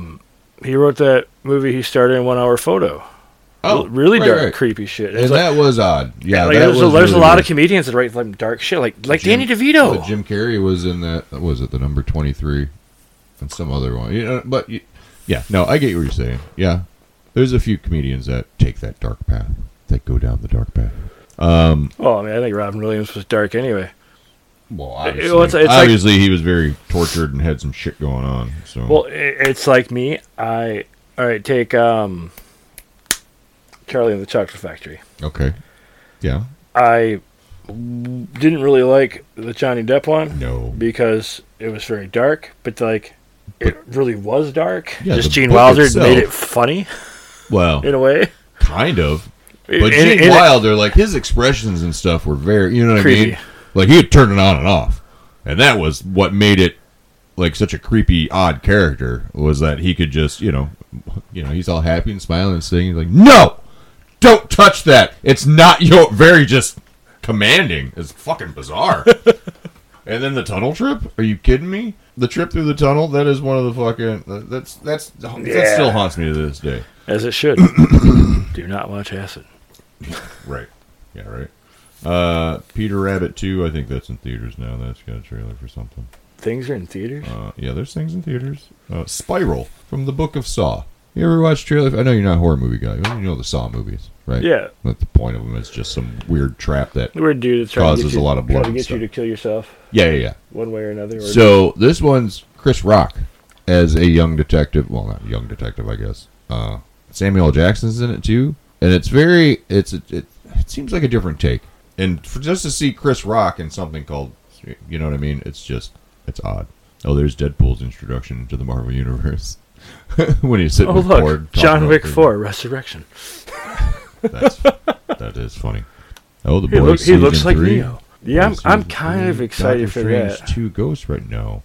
B: He wrote that movie. He starred in One Hour Photo. R- really
C: Oh, right,
B: dark,
C: right.
B: creepy shit.
C: And
B: It's like-
C: that was odd. Yeah,
B: like,
C: that
B: there's a,
C: was
B: there's
C: really
B: a lot
C: weird.
B: of comedians that write like dark shit, like like
C: Jim-
B: Danny DeVito.
C: uh, Jim Carrey was in that. What was it? The number twenty three, and some other one. You know, but you, yeah, no, I get what you're saying. Yeah, there's a few comedians that take that dark path. That go down the dark path.
B: well, I mean, Oh, I think Robin Williams was dark anyway.
C: Well,
B: obviously-
C: obviously,
B: well, it's- it's like-
C: he was very tortured and had some shit going on. So
B: Well, i it's like me. I all right. Take um, Charlie and the Chocolate Factory.
C: okay, yeah,
B: I w- didn't really like the Johnny Depp one
C: no,
B: because it was very dark, but like it really was dark.
C: Yeah,
B: Just
C: the
B: Gene
C: book
B: Wilder made
C: itself-
B: it funny
C: well,
B: in a way.
C: kind of. But
B: And-
C: Gene
B: and it-
C: Wilder, like his expressions and stuff were very, you know what I
B: Creepy.
C: mean? Like he would turn it on and off, and that was what made it like such a creepy, odd character was that he could just, you know, you know, he's all happy and smiling and singing, he's like, "No, don't touch that. It's not your." Very just commanding. It's fucking bizarre. and then the tunnel trip? Are you kidding me? The trip through the tunnel? That is one of the fucking. That's that's that
B: Yeah.
C: still haunts me to this day.
B: as it should. Do not watch acid.
C: Right. Yeah, right. Uh, Peter Rabbit 2, I think that's in theaters now. That's got a trailer for something.
B: Things are in theaters.
C: Uh, yeah, there's things in theaters. Uh, Spiral from the Book of Saw. You ever watch trailer? I know you're not a horror movie guy. You know the Saw movies, right?
B: Yeah.
C: But the point of them is just some weird trap that.
B: The weird dude that's trying to
C: Causes
B: get you,
C: a lot of
B: trying
C: blood
B: to
C: and
B: get you
C: stuff.
B: to kill yourself
C: Yeah, yeah, yeah.
B: one way or another. Or
C: So this one's Chris Rock as a young detective. Well, not young detective, I guess. Uh, Samuel L. Jackson's in it too, and it's very it's it, it, it seems like a different take. And for just to see Chris Rock in something called, you know what I mean? It's just it's odd. Oh, there's Deadpool's introduction into the Marvel universe. when he's sitting
B: oh
C: with
B: look,
C: Ford talking
B: John
C: about
B: Wick
C: things.
B: Four Resurrection.
C: That's, that is funny. Oh, the
B: He,
C: boy.
B: look, he looks
C: season
B: like
C: three.
B: Neo. Yeah, I'm,
C: This
B: I'm
C: is
B: kind of
C: Doctor
B: excited for
C: Strange
B: that.
C: Two Ghost right? No,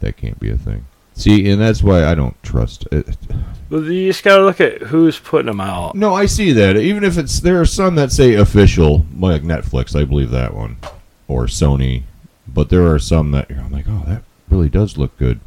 C: that can't be a thing. See, and that's why I don't trust it.
B: Well, You just gotta look at who's putting them out.
C: No, I see that. Even if it's there are some that say official, like Netflix, I believe that one, or Sony, but there are some that you know, I'm like, oh, that really does look good.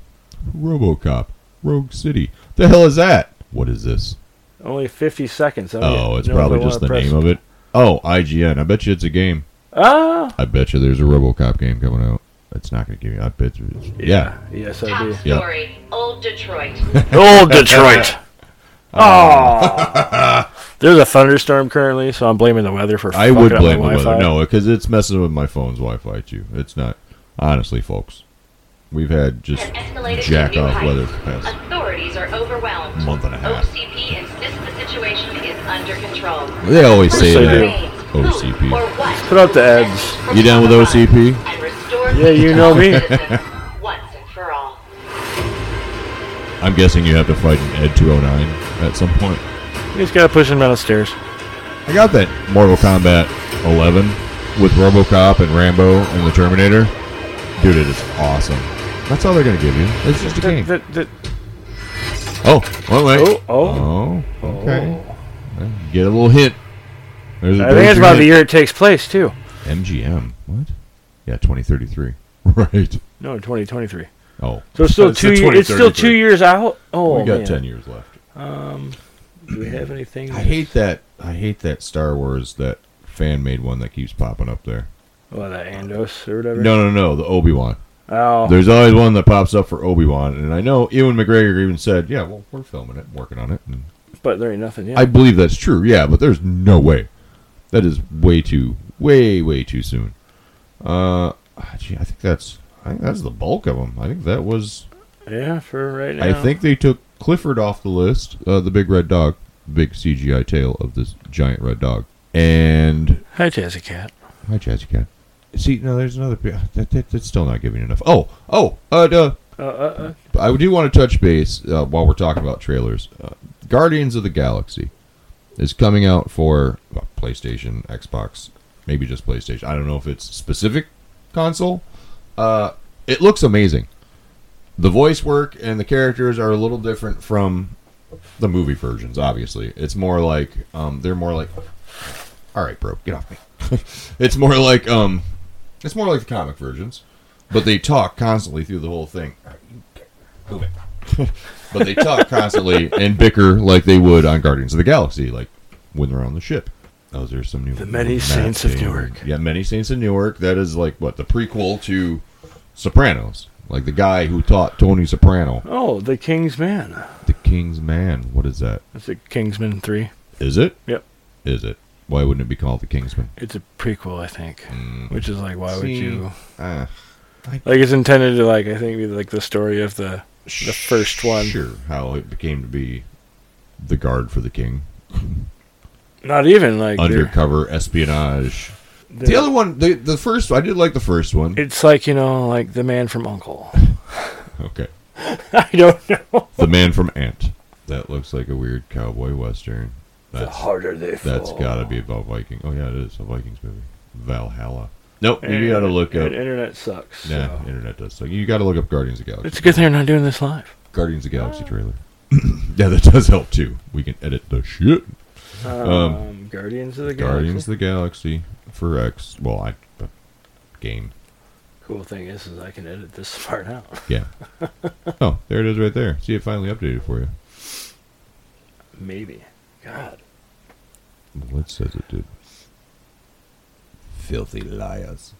C: RoboCop, Rogue City, the hell is that? What is this?
B: Only 50 seconds. I don't
C: Oh,
B: get-
C: it's
B: no, I
C: probably
B: don't
C: just the
B: wanna press-
C: name of it. Oh, IGN. I bet you it's a game.
B: Ah,
C: I bet you there's a RoboCop game coming out. It's not going to give you. I bet you. it's- Yeah.
B: yes,
G: Top
B: I do.
C: Yeah.
G: story. Old Detroit.
B: Old Detroit. Oh, there's a thunderstorm currently, so I'm blaming the weather for.
C: I would
B: fucking up my
C: blame the weather.
B: Wi-Fi.
C: No, because it's messing with my phone's Wi-Fi too. It's not. Honestly, folks, we've had just
G: Has escalated to
C: jack
G: new
C: off
G: heights.
C: weather for the past
G: Authorities are overwhelmed.
C: month and a
G: Oh,
C: half.
G: OCP insists the situation is under control.
C: They always say
B: They
C: that.
G: Who
C: OCP.
G: or what
B: Put out the
G: will be
B: ads.
G: sent from
C: You down with
G: above
C: OCP?
G: and restore
B: Yeah, you know me.
G: citizens Once and for all.
C: I'm guessing you have to fight an Ed 209 at some point.
B: You just gotta push him down the stairs.
C: I got that Mortal Kombat 11 with RoboCop and Rambo and the Terminator. Dude, it is awesome. That's all they're gonna give you. It's just a game.
B: Th- th-
C: Oh, one way.
B: Oh, oh.
C: Oh, okay. Well, you Get a little hit. There's a
B: I think
C: there's
B: it's
C: your
B: about the
C: hit.
B: year it takes place too.
C: MGM. What? Yeah, 2033. Right.
B: No, 2023.
C: Oh.
B: So it's still
C: It's
B: two.
C: the
B: Year, it's still
C: 2033.
B: two years out. Oh
C: We got
B: man.
C: 10 years left.
B: Do we have anything?
C: I hate that. I hate that Star Wars that fan made one that keeps popping up there.
B: What, that Andos or whatever?
C: No, no, no. The Obi Wan.
B: Oh,
C: There's always one that pops up for Obi Wan, and I know Ewan McGregor even said, "Yeah, well, we're filming it, working on it." And
B: but there ain't nothing yet.
C: I believe that's true. Yeah, but there's no way. That is way too, way, way too soon. Uh, ah, gee, I think that's, I think that's the bulk of them. I think that was.
B: yeah, for right now.
C: I think they took Clifford off the list. Uh, the big red dog, big CGI tail of this giant red dog, and
B: Hi, Jazzy Cat.
C: Hi, Jazzy Cat. See, no, there's another. That, that, that's still not giving you enough. Oh, oh, uh, duh.
B: Uh, uh,
C: I do want to touch base uh, while we're talking about trailers. Uh, Guardians of the Galaxy is coming out for uh, PlayStation, Xbox, maybe just PlayStation. I don't know if it's specific console. Uh, it looks amazing. The voice work and the characters are a little different from the movie versions. Obviously, it's more like um, they're more like. All right, bro, get off me. it's more like um, it's more like the comic versions, but they talk constantly through the whole thing move it. but they talk constantly and bicker like they would on Guardians of the Galaxy, like when they're on the ship. Those are some new. The
B: Many Saints of Newark.
C: Yeah, Many Saints of Newark. That is like what the prequel to Sopranos. Like the guy who taught Tony Soprano,
B: oh, the King's Man.
C: the King's Man. What is that?
B: That's a Kingsman three.
C: Is it?
B: Yep.
C: Is it? Why wouldn't it be called the Kingsman?
B: It's a prequel, I think.
C: Mm.
B: Which is like, why would
C: See,
B: you?
C: Ah,
B: Like, it's intended to like, I think, be like the story of the the first one.
C: Sure. How it became to be the guard for the king,
B: Not even like they're-
C: undercover espionage.
B: they're-
C: The other one, the the first, I did like the first one.
B: It's like you know, like the man from Uncle.
C: okay,
B: I don't know.
C: the man from Ant. That looks like a weird cowboy western.
B: The
C: That's
B: harder they fall.
C: that's got to be about Viking. Oh yeah, it is a Vikings movie. Valhalla. Nope, you got to look
B: And
C: up.
B: Internet sucks.
C: Nah,
B: so.
C: internet does so. You got to look up Guardians of the Galaxy.
B: It's a good thing we're not doing this live.
C: Guardians of the Galaxy trailer. yeah, that does help too. We can edit the shit.
B: Um, Guardians of the
C: Guardians of
B: Galaxy.
C: the Galaxy for X. Well, I but game.
B: Cool thing is, is I can edit this part out.
C: Yeah. oh, there it is right there. See, it finally updated for you.
B: Maybe. God.
C: Well, it says it did. Filthy liars.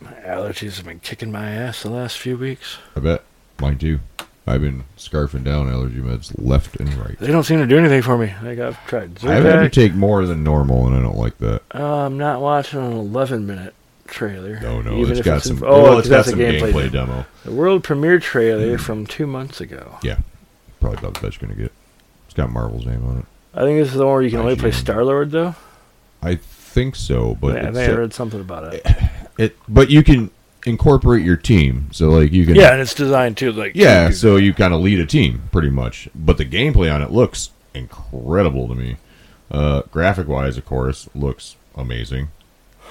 B: My allergies have been kicking my ass the last few weeks.
C: I bet. Mine too. I've been scarfing down allergy meds left and right.
B: They don't seem to do anything for me. Like I've tried
C: I've had to
B: Zyrtec.
C: take more than normal, and I don't like that.
B: uh, I'm not watching an 11 minute trailer.
C: No, no,
B: even
C: it's
B: if
C: got
B: in-
C: some.
B: oh,
C: well,
B: because
C: it's got
B: that's a
C: some
B: gameplay.
C: gameplay, Hmm.
B: demo.
C: demo.
B: The world premiere trailer from two months ago.
C: Yeah, probably about the best you're gonna get. It's got Marvel's name on it.
B: I think this is the one where you can only play
C: IGN.
B: Star Lord though.
C: I think so, but
B: I, I
C: it's
B: think I
C: a-
B: read something about it.
C: it. But you can incorporate your team, so like you can.
B: Yeah, and it's designed too. Like
C: Yeah, so you kind of lead a team pretty much, but the gameplay on it looks incredible to me. Uh, graphic wise, of course, looks amazing.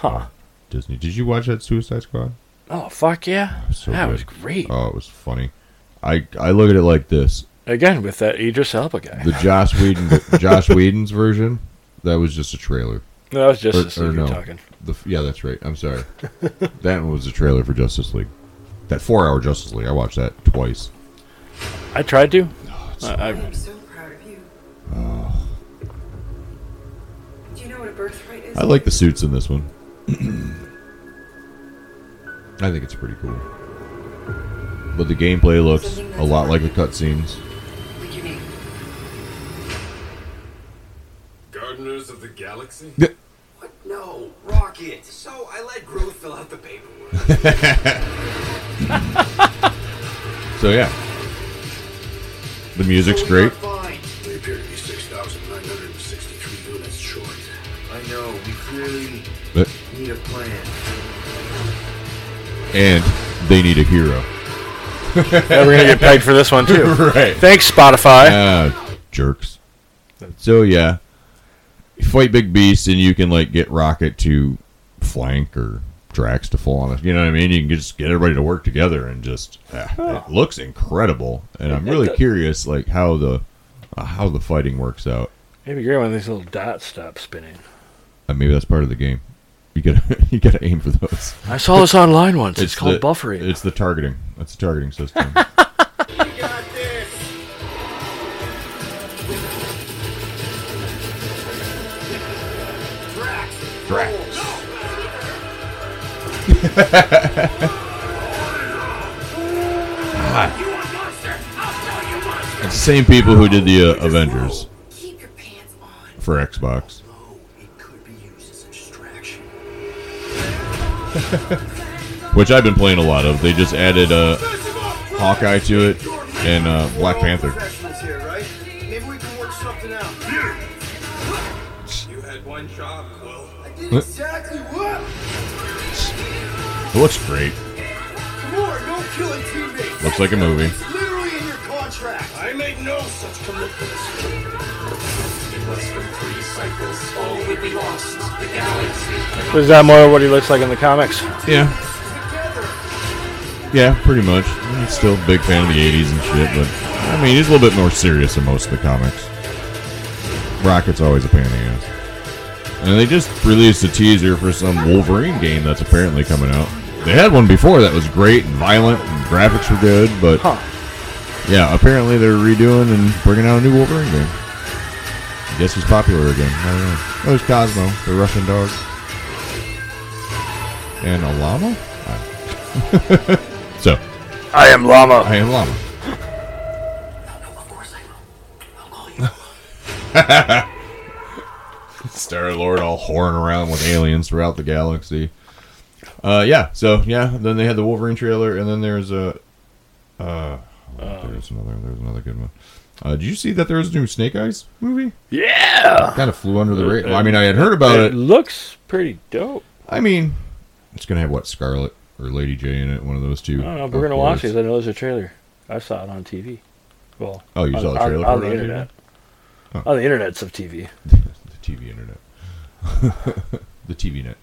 C: Uh,
B: Huh.
C: Disney, did you watch that Suicide Squad?
B: Oh fuck yeah!
C: So
B: that
C: good.
B: was great.
C: Oh, it was funny. I I look at it like this:
B: Again with that Idris Elba guy.
C: the Josh Whedon Josh Whedon's version that was just a trailer.
B: No, that was just
C: Or-
B: as
C: or
B: you
C: no.
B: were talking.
C: The f- yeah, that's right. I'm sorry. that one was a trailer for Justice League. That four hour Justice League. I watched that twice.
B: I tried to. I, I-
H: I'm so proud of you. Do you know what a birthright is?
C: I like the suits in this one. I think it's pretty cool. But the gameplay looks a lot like the cutscenes.
H: Like your name.
I: Gardeners of the Galaxy?
C: Yeah.
E: What? No, Rocket. So I let Groot fill out the paperwork.
C: So yeah, the music's great.
F: They appear to be 6,963 units short.
E: I know. We clearly
C: But,
E: need a plan.
C: and they need a hero.
B: Yeah, we're gonna get pegged for this one too.
C: right.
B: Thanks, Spotify.
C: Ah, jerks. So yeah, you fight big beasts, and you can like get Rocket to flank or Drax to fall on us. You know what I mean? You can just get everybody to work together, and just ah, it looks incredible. And I'm really curious, like how the uh, how the fighting works out.
B: Maybe great when these little dots stop spinning.
C: Uh, maybe that's part of the game. You gotta you gotta aim for those.
B: I saw this online once. It's, called
C: the-
B: buffering.
C: It's the targeting. That's the targeting system.
I: Got this!
C: Drax.
F: You want monster? I'll show you monster!
C: It's the same people who did the uh, Avengers
H: Keep your pants on.
C: for Xbox.
E: Oh, it could be used as a distraction.
C: which I've been playing a lot of. They just added uh, Hawkeye to it and uh, Black Panther.
E: Professionals here, right? Maybe we can work something out. You had one job, Quill. I did exactly what?
C: It looks great.
E: More, no killing teammates.
C: Looks like a movie.
E: It's literally in your contract. I make no such commitments.
B: Is that more what he looks like in the comics?
C: Yeah, yeah, pretty much. I'm still a big fan of the '80s and shit, but I mean, he's a little bit more serious than most of the comics. Rocket's always a pain in the ass. And they just released a teaser for some Wolverine game that's apparently coming out. They had one before that was great and violent, and graphics were good, but
B: Huh.
C: yeah, apparently they're redoing and bringing out a new Wolverine game. I guess he's popular again. I don't know. Oh, there's Cosmo, the Russian dog, and a llama. I- so
B: I am llama.
C: I am llama. Star Lord all whoring around with aliens throughout the galaxy. Uh, yeah. So yeah, then they had the Wolverine trailer, and then there's a. Uh, there's another. There's another good one. Uh, did you see that there was a new Snake Eyes movie?
B: Yeah.
C: Kind of flew under the radar. Well, I mean, I had heard about
B: It
C: it.
B: looks pretty dope.
C: I mean, it's gonna have what Scarlet or Lady J in it. One of those two.
B: I don't know.
C: of
B: But we're gonna watch it.
C: course.
B: 'cause I know there's a trailer. I saw it on TV. Well,
C: Oh, you
B: on,
C: saw the
B: on-
C: trailer
B: on,
C: for it
B: the
C: on
B: internet. On the internet's of TV.
C: The TV internet. the TV net.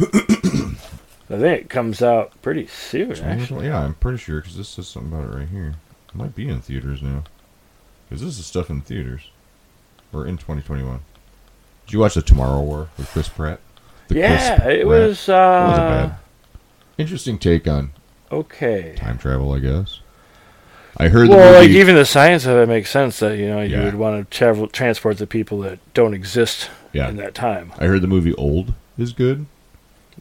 B: I think it comes out pretty soon. Actually,
C: Actually, yeah, I'm pretty sure because this says something about it right here. It might be in theaters now. Because this is stuff in theaters. Or in 2021. Did you watch The Tomorrow War with Chris Pratt? The
B: yeah,
C: Chris
B: it
C: Pratt-
B: was. Uh,
C: It wasn't bad. Interesting take on
B: Okay.
C: time travel, I guess. I heard the
B: Well, like
C: movie-
B: even the science of it makes sense that you know you
C: Yeah.
B: would want to travel transport the people that don't exist
C: Yeah.
B: in that time.
C: I heard the movie Old is good.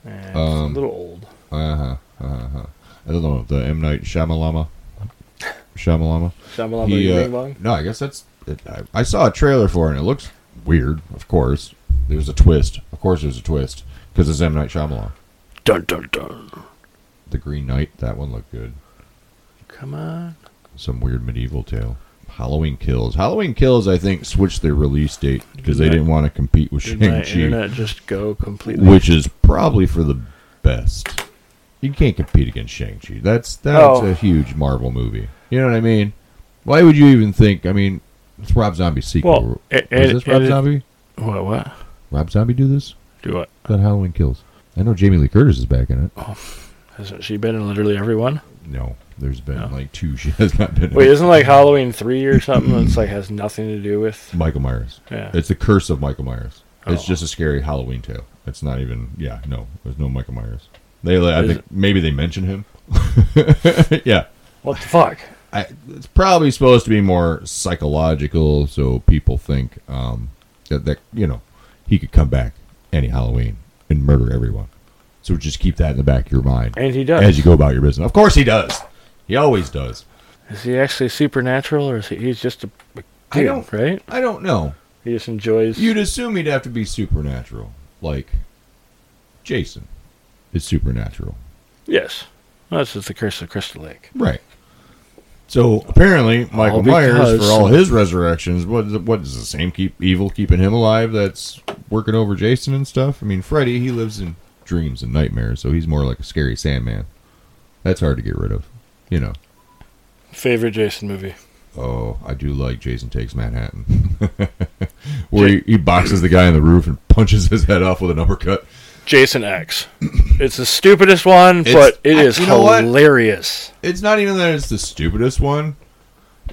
B: Eh, it's
C: Um,
B: a little old.
C: Uh huh. Uh huh. I don't know the M Night Shyamalama. Shyamalama.
B: Shyamalan
C: He,
B: movie
C: uh,
B: Ring Bong?
C: no, I guess that's. It, I, I saw a trailer for it, and it looks weird. Of course, there's a twist. Of course, there's a twist because it's M Night Shyamalan.
B: Dun dun dun.
C: The Green Knight. That one looked good.
B: Come on.
C: Some weird medieval tale. Halloween Kills. Halloween Kills. I think switched their release date because they didn't want to compete with
B: Did
C: Shang
B: my
C: Chi,
B: internet just go completely?
C: which is probably for the best. You can't compete against Shang Chi. That's that's
B: Oh.
C: a huge Marvel movie. You know what I mean? Why would you even think? I mean, it's Rob Zombie's sequel.
B: Well, it-
C: is
B: it-
C: this Rob
B: it-
C: Zombie?
B: what? What?
C: Rob Zombie do this?
B: Do what?
C: That Halloween Kills. I know Jamie Lee Curtis is back in it.
B: Hasn't she been in literally everyone?
C: No, there's been
B: No.
C: like two. She has not been. in
B: Wait,
C: it.
B: isn't like Halloween three or something? that's like has nothing to do with.
C: Michael Myers.
B: Yeah.
C: It's the curse of Michael Myers. It's
B: Oh.
C: just a scary Halloween tale. It's not even. Yeah, no, there's no Michael Myers. They, I
B: Is
C: think maybe they mention him. yeah,
B: What the fuck?
C: I, it's probably supposed to be more psychological, so people think um, that that you know he could come back any Halloween and murder everyone. So just keep that in the back of your mind
B: And he does.
C: as you go about your business. Of course he does. He always does.
B: Is he actually supernatural, or is he he's just a dude,
C: I don't-
B: right?
C: I don't know.
B: He just enjoys.
C: You'd assume he'd have to be supernatural, like Jason is supernatural,
B: yes, well, that's just the curse of Crystal Lake.
C: right? So apparently, Michael Myers
B: because-
C: for all his resurrections, what is, what is the same keep evil keeping him alive that's working over Jason and stuff? I mean, Freddy he lives in dreams and nightmares, so he's more like a scary Sandman. That's hard to get rid of, you know.
B: Favorite Jason movie?
C: Oh, I do like Jason Takes Manhattan, where he, he boxes the guy on the roof and punches his head off with an uppercut.
B: Jason X. it's the stupidest one,
C: It's-
B: but it
C: I-
B: is
C: you know what?
B: hilarious.
C: it's not even that it's the stupidest one.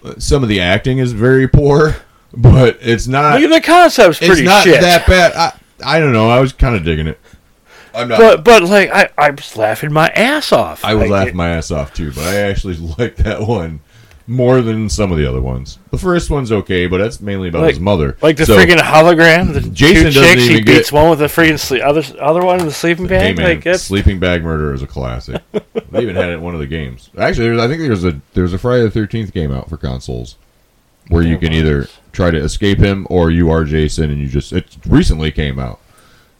C: Uh, Some of the acting is very poor, but it's not.
B: Look at the concept's
C: it's
B: pretty
C: not
B: shit.
C: that bad. I I don't know. I was kind of digging it. I'm not.
B: but but like I I was laughing my ass off.
C: I was
B: Like,
C: laughing
B: it-
C: my ass off too, but I actually like that one more than some of the other ones. The first one's okay, but that's mainly about
B: Like-
C: his mother.
B: Like the
C: So,
B: friggin' hologram, the
C: Jason
B: two
C: doesn't
B: chicks, he
C: even
B: beats
C: get-
B: one with the friggin' sle- other other one in the sleeping
C: Hey
B: bag.
C: man,
B: like that's
C: sleeping bag murder is a classic. they even had it in one of the games. Actually, there's, I think there's a there's a Friday the Thirteenth game out for consoles where you can either try to escape him or you are Jason and you just it recently came out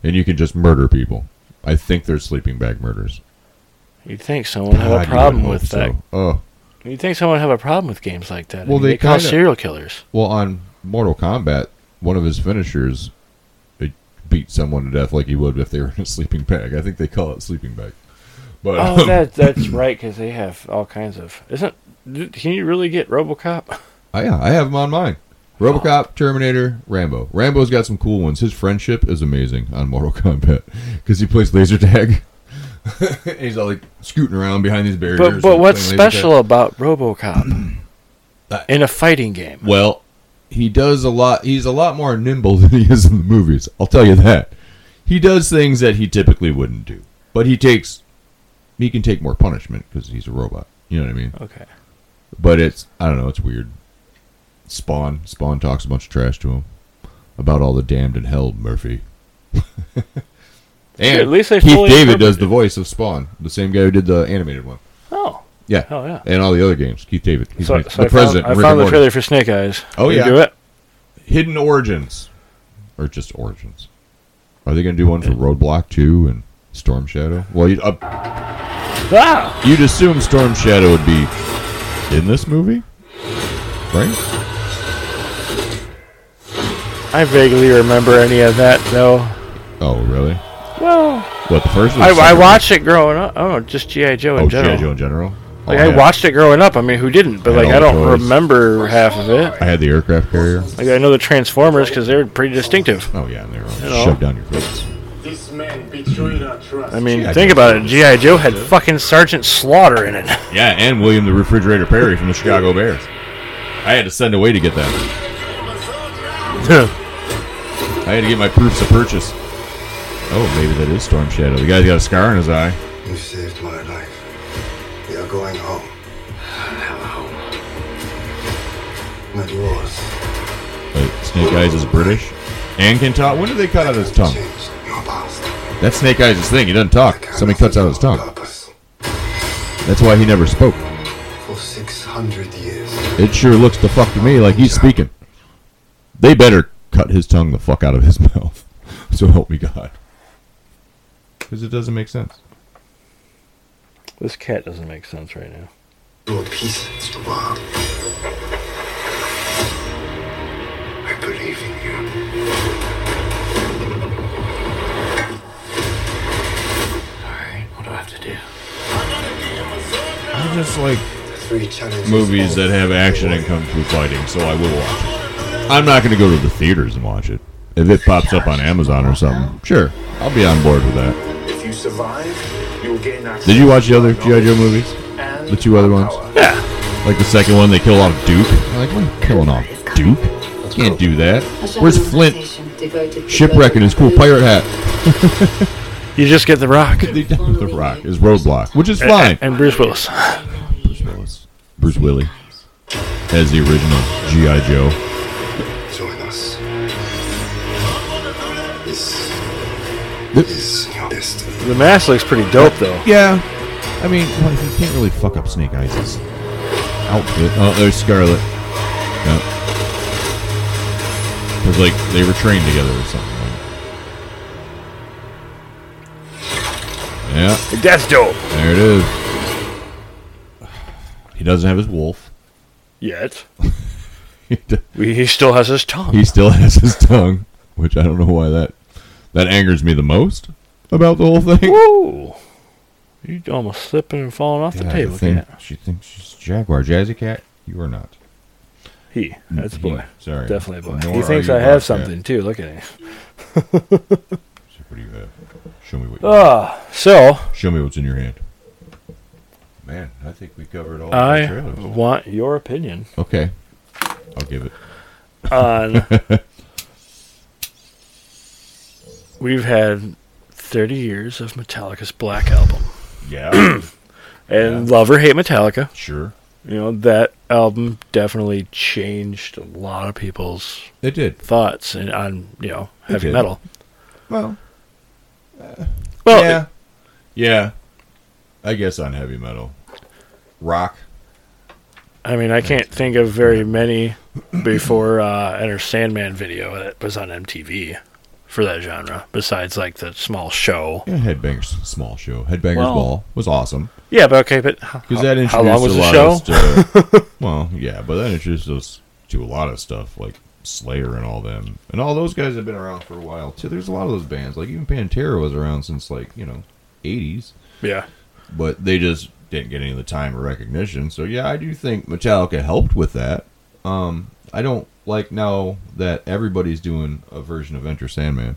C: and you can just murder people. I think there's sleeping bag murders.
B: you'd think someone would
C: God,
B: have a
C: you
B: problem
C: would hope
B: with that.
C: so. Oh
B: You'd think someone would have a problem with games like that. I
C: Well,
B: mean,
C: they
B: they, call
C: kinda-
B: serial killers.
C: well, on Mortal Kombat, one of his finishers it beat someone to death like he would if they were in a sleeping bag. I think they call it sleeping bag. But
B: Oh,
C: um,
B: that that's right because they have all kinds of. Isn't can you really get RoboCop?
C: I, oh, yeah, I have them on mine.
B: Oh.
C: RoboCop, Terminator, Rambo. Rambo's got some cool ones. His friendship is amazing on Mortal Kombat because he plays laser tag. And he's all like scooting around behind these barriers.
B: But but
C: and
B: what's
C: playing laser
B: special about RoboCop
C: tag. Uh,
B: in a fighting game?
C: well, he does a lot. He's a lot more nimble than he is in the movies. I'll tell you that. He does things that he typically wouldn't do, but he takes he can take more punishment because he's a robot. You know what I mean?
B: Okay.
C: But it's I don't know, it's weird. Spawn Spawn talks a bunch of trash to him about all the damned and hell Murphy. and
B: at least they
C: Keith
B: fully
C: David does
B: interpreted
C: the voice of Spawn, the same guy who did the animated one.
B: Oh.
C: Yeah.
B: Oh, yeah.
C: And all the other games, Keith David. He's
B: So,
C: amazing.
B: so
C: the
B: I
C: president.
B: found,
C: Rick
B: I found
C: and
B: the
C: Morty.
B: trailer for Snake Eyes.
C: Oh,
B: They
C: yeah.
B: Do it.
C: Hidden Origins, or just Origins. Are they going to do one for Roadblock Two and Storm Shadow? Well, you'd, uh,
B: Ah!
C: You'd assume Storm Shadow would be in this movie, right?
B: I vaguely remember any of that though.
C: Oh, really?
B: Well,
C: What the first? or the
B: I, I
C: second
B: watched it growing up. I don't know, just GI Joe in
C: one? Oh,
B: general.
C: G.I. Joe in general.
B: Like
C: Oh,
B: I
C: had-
B: watched it growing up. I mean, who didn't? But
C: I
B: like,
C: had all
B: I
C: the
B: don't
C: toys.
B: remember half of it.
C: I had the aircraft carrier.
B: Like, I know the Transformers because they're pretty distinctive.
C: Oh yeah, and they were all
B: know.
C: shoved down your face.
I: This man betrayed our trust.
B: I mean,
C: G.I.
B: think
C: Joe.
B: about it. GI Joe had fucking Sergeant Slaughter in it.
C: Yeah, and William the Refrigerator Perry from the Chicago Bears. I had to send away to get that. I had to get my proofs of purchase. Oh, maybe that is Storm Shadow. The guy's got a scar on his eye.
F: You saved my life. We are going home.
E: I don't have a home.
F: Not yours.
C: Wait, Snake Eyes is British and can talk. When did they cut out his tongue?
F: Changed your past.
C: That's Snake Eyes' thing. He doesn't talk. Somebody cuts out his tongue.
F: Purpose.
C: That's why he never spoke.
F: For 600 years.
C: It sure looks the fuck to me like he's speaking. They better cut his tongue the fuck out of his mouth. So help me God. Because it doesn't make sense.
B: This cat doesn't make sense right now.
F: Your pieces to rob. I believe in you.
E: Alright, what do I have to do?
C: I just like
F: Three challenges.
C: movies that
F: all
C: have action and kung fu fighting, so I will watch it. I'm not going to go to the theaters and watch it. If it pops up on Amazon or something, sure, I'll be on board with that.
I: if you survive, you will gain access.
C: Did you watch the other G.I. Joe movies?
I: And
C: The two other ones?
B: Yeah.
C: Like the second one, they kill off Duke. I'm like, what are you killing off Duke? Can't do that. Where's Flint? Shipwreck in his cool pirate hat.
B: You just get the Rock
C: They done with The Rock is Roadblock, which
B: Eh,
C: is fine.
B: and Bruce Willis.
C: Bruce Willis. Bruce Willie as the original G.I. Joe.
F: Join us. This
C: Th-
F: is your destiny.
B: The mask looks pretty dope though.
C: Yeah. I mean, like, you can't really fuck up Snake Eyes' outfit. Oh, there's Scarlet. Yep. Because, like, they were trained together or something. Like. Yeah,
B: That's dope.
C: there it is. He doesn't have his wolf.
B: Yet
C: He d-
B: we, he still has his tongue.
C: he still has his tongue, which I don't know why that that angers me the most about the whole thing.
B: Whoa! You almost slipping and falling off the
C: Yeah,
B: table.
C: thing-
B: cat.
C: She thinks she's a jaguar. Jazzy cat, you are not.
B: He. That's a
C: He,
B: boy.
C: Sorry.
B: Definitely a boy.
C: Nor
B: he
C: are
B: thinks
C: you
B: I
C: a
B: have
C: bobcat.
B: something too. Look at him.
C: So what do you have? uh, Show me what. You
B: Ah, so
C: Show me what's in your hand. Man, I think we covered all the
B: I
C: trailers.
B: want your opinion
C: okay, I'll give it.
B: on. We've had 30 years of Metallica's Black Album,
C: Yeah,
B: and love or hate Metallica,
C: sure.
B: you know that album definitely changed a lot of people's
C: It did.
B: thoughts and on you know heavy
C: did.
B: metal.
C: Well,
B: Well,
C: yeah, Oh, yeah. I guess on heavy metal, rock.
B: I mean, I can't think of very many before uh, Enter Sandman video that was on MTV for that genre. Besides, like the small show.
C: Yeah, Headbangers, small show. Headbangers
B: Well-
C: Ball was awesome
B: Yeah, but okay, but how,
C: because that introduced
B: how long was
C: a
B: the
C: lot
B: show?
C: of us to- well, yeah, but that introduced us to a lot of stuff like Slayer and all them, and all those guys have been around for a while too. There's a lot of those bands, like even Pantera was around since like you know, '80s.
B: yeah,
C: but they just didn't get any of the time or recognition. So yeah, I do think Metallica helped with that. Um, I don't like now that everybody's doing a version of Enter Sandman.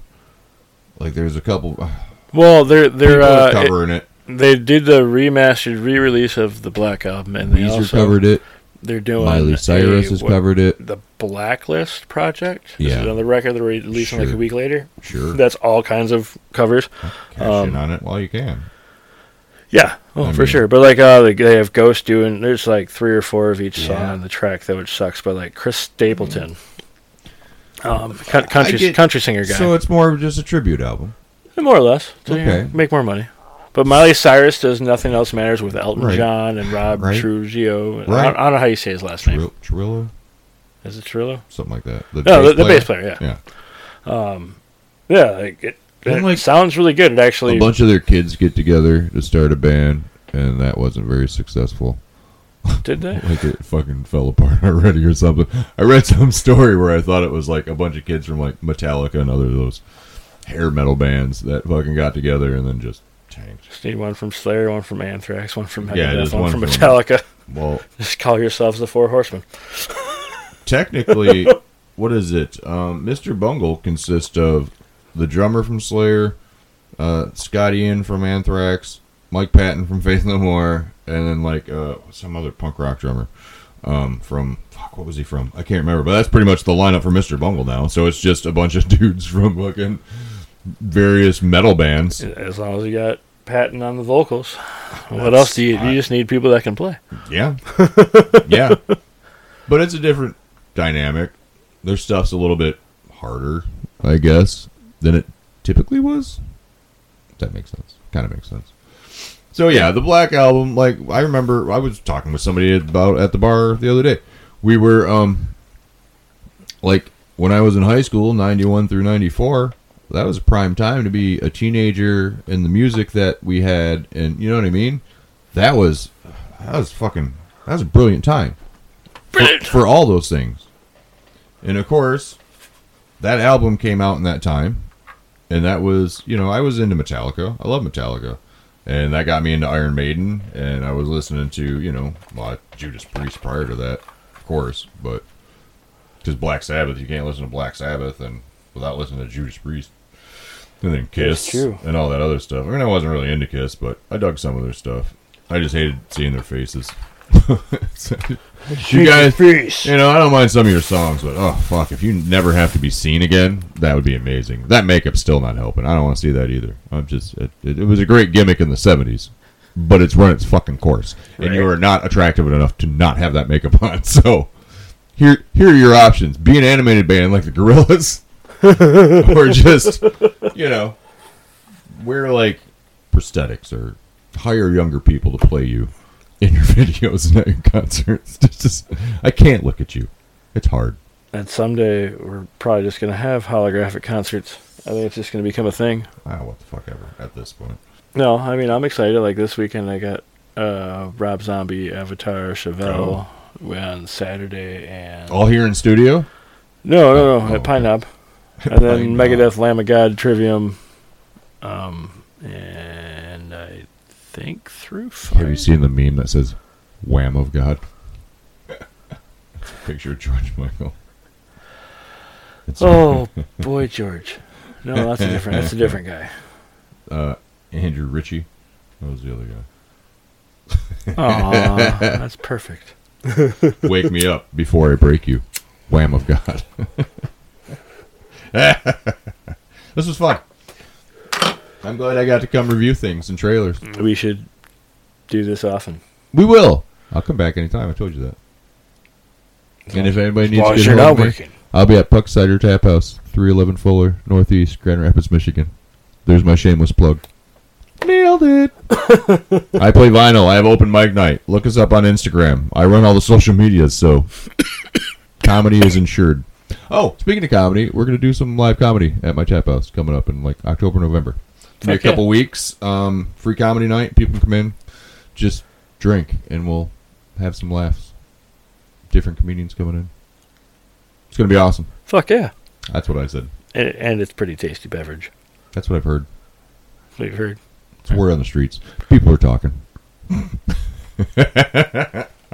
C: Like there's a couple
B: well, they're they're
C: people are
B: uh,
C: covering it.
B: it- they did the remastered re-release of the Black Album, and they
C: Weezer
B: also
C: covered it.
B: they're doing
C: Miley Cyrus
B: a-
C: has
B: what-
C: covered it.
B: the Blacklist project. This
C: Yeah.
B: is another record they're releasing like
C: Sure.
B: a week later.
C: Sure,
B: That's all kinds of covers.
C: cash
B: Um,
C: in on it while you can.
B: Yeah, oh,
C: I
B: for
C: mean-
B: sure. But like, uh, like, they have Ghost doing. There's like three or four of each song on the track, though, which sucks. But like Chris Stapleton, um, cou- country
C: Mm-hmm. I get-
B: country singer guy,
C: So it's more of just a tribute album.
B: more or less. To,
C: Okay.
B: yeah, make more money. But Miley Cyrus does nothing else matters with Elton
C: Right.
B: John and Rob
C: Right.
B: Trujillo. I,
C: Right.
B: don't, I don't know how you say his last name.
C: Trill- Trillo,
B: Is it Trujillo?
C: something like that. The
B: No, the, the bass player. Yeah,
C: Yeah,
B: yeah. like it,
C: And,
B: it
C: like,
B: sounds really good. It actually
C: a bunch of their kids get together to start a band, and that wasn't very successful.
B: did they?
C: like it fucking fell apart already or something. I read some story where I thought it was like a bunch of kids from like Metallica and other of those hair metal bands that fucking got together and then just tanked.
B: Just need one from Slayer, one from Anthrax, one from Megadeth,
C: Yeah, just
B: one,
C: one
B: from
C: from-
B: Metallica.
C: Well,
B: Just call yourselves the Four Horsemen.
C: technically, what is it? Um, Mr. Bungle consists of the drummer from Slayer, uh, Scott Ian from Anthrax, Mike Patton from Faith No More, and then like uh, some other punk rock drummer um, from fuck, what was he from? I can't remember, but that's pretty much the lineup for Mr. Bungle now. So it's just a bunch of dudes from fucking various metal bands.
B: As long as you got Patton on the vocals. what else do you? You just need people that can play.
C: Yeah. yeah. But it's a different dynamic. Their stuff's a little bit harder, I guess, than it typically was. If that makes sense. Kind of makes sense. So yeah, the Black Album, like I remember I was talking with somebody about at the bar the other day. We were um like when I was in high school, 91 through 94, that was a prime time to be a teenager and the music that we had and you know what I mean? That was that was fucking that was a brilliant time
B: Brilliant.
C: for all those things. And of course, that album came out in that time, and that was you know I was into Metallica. I love Metallica, and that got me into Iron Maiden, and I was listening to you know a lot of Judas Priest prior to that, of course, but because Black Sabbath, you can't listen to Black Sabbath and without listening to Judas Priest. And then Kiss
B: true.
C: and all that other stuff. I mean, I wasn't really into Kiss, but I dug some of their stuff. I just hated seeing their faces. you guys, you know, I don't mind some of your songs, but oh fuck, if you never have to be seen again, that would be amazing. That makeup's still not helping. I don't want to see that either. I'm just, it, it, it was a great gimmick in the '70s, but it's run its fucking course, and you are not attractive enough to not have that makeup on. So, here, here are your options: be an animated band like the Gorillas, or just, you know, wear like prosthetics or hire younger people to play you in your videos and at your concerts. It's just, I can't look at you. It's hard.
B: And someday we're probably just going to have holographic concerts. I think it's just going to become a thing.
C: Ah, what the fuck ever at this point.
B: No, I mean I'm excited. Like this weekend, I got uh, Rob Zombie, Avatar, Chevelle
C: Oh.
B: on Saturday, and
C: All here in studio?
B: no, no, no, at Pine Knob, and
C: Oh. Pine
B: then
C: Knob.
B: Megadeth, Lamb of God, Trivium, um, and I think through.
C: Have you seen the meme that says Wham of God? It's a picture of George Michael. It's-
B: Oh boy, George. No, that's a different. That's a different guy.
C: Uh, Andrew Ritchie. That was the other guy.
B: Aw, that's perfect.
C: Wake me up before I break you. Wham of God. this was fun. I'm glad I got to come review things and trailers.
B: We should do this often.
C: We will. I'll come back anytime. I told you that. And if anybody
B: As
C: needs
B: long
C: to
B: as
C: get eh?
B: you're
C: hold
B: not
C: of me,
B: working.
C: I'll be at Puck Cider Tap House, 311 Fuller, Northeast, Grand Rapids, Michigan. There's my shameless plug. Nailed it. I play vinyl. I have open mic night. Look us up on Instagram. I run all the social medias, so comedy is insured. Oh, speaking of comedy, we're going to do some live comedy at my tap house coming up in like October, November. Maybe
B: Okay.
C: a couple weeks. Um, free comedy night. People can come in, just drink, and we'll have some laughs. Different comedians coming in. It's going to be awesome.
B: Fuck yeah,
C: That's what I said.
B: and, and it's pretty tasty beverage.
C: That's what I've heard.
B: We've heard.
C: It's word on the streets. People are talking. All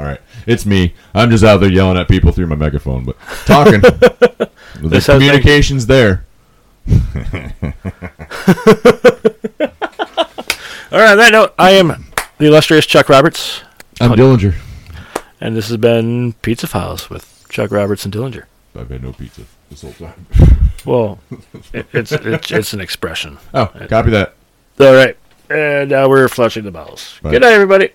C: right, it's me. I'm just out there yelling at people through my megaphone, but talking. the
B: That sounds like-
C: communication's there.
B: All right, on that note, I am the illustrious Chuck Roberts,
C: I'm Dillinger.
B: and this has been Pizza Files with Chuck Roberts and Dillinger.
C: I've had no pizza this whole time.
B: Well, it, it's, it's it's an expression.
C: Oh, copy that.
B: All right, and now we're flushing the bowels.
C: Bye.
B: Good night, everybody.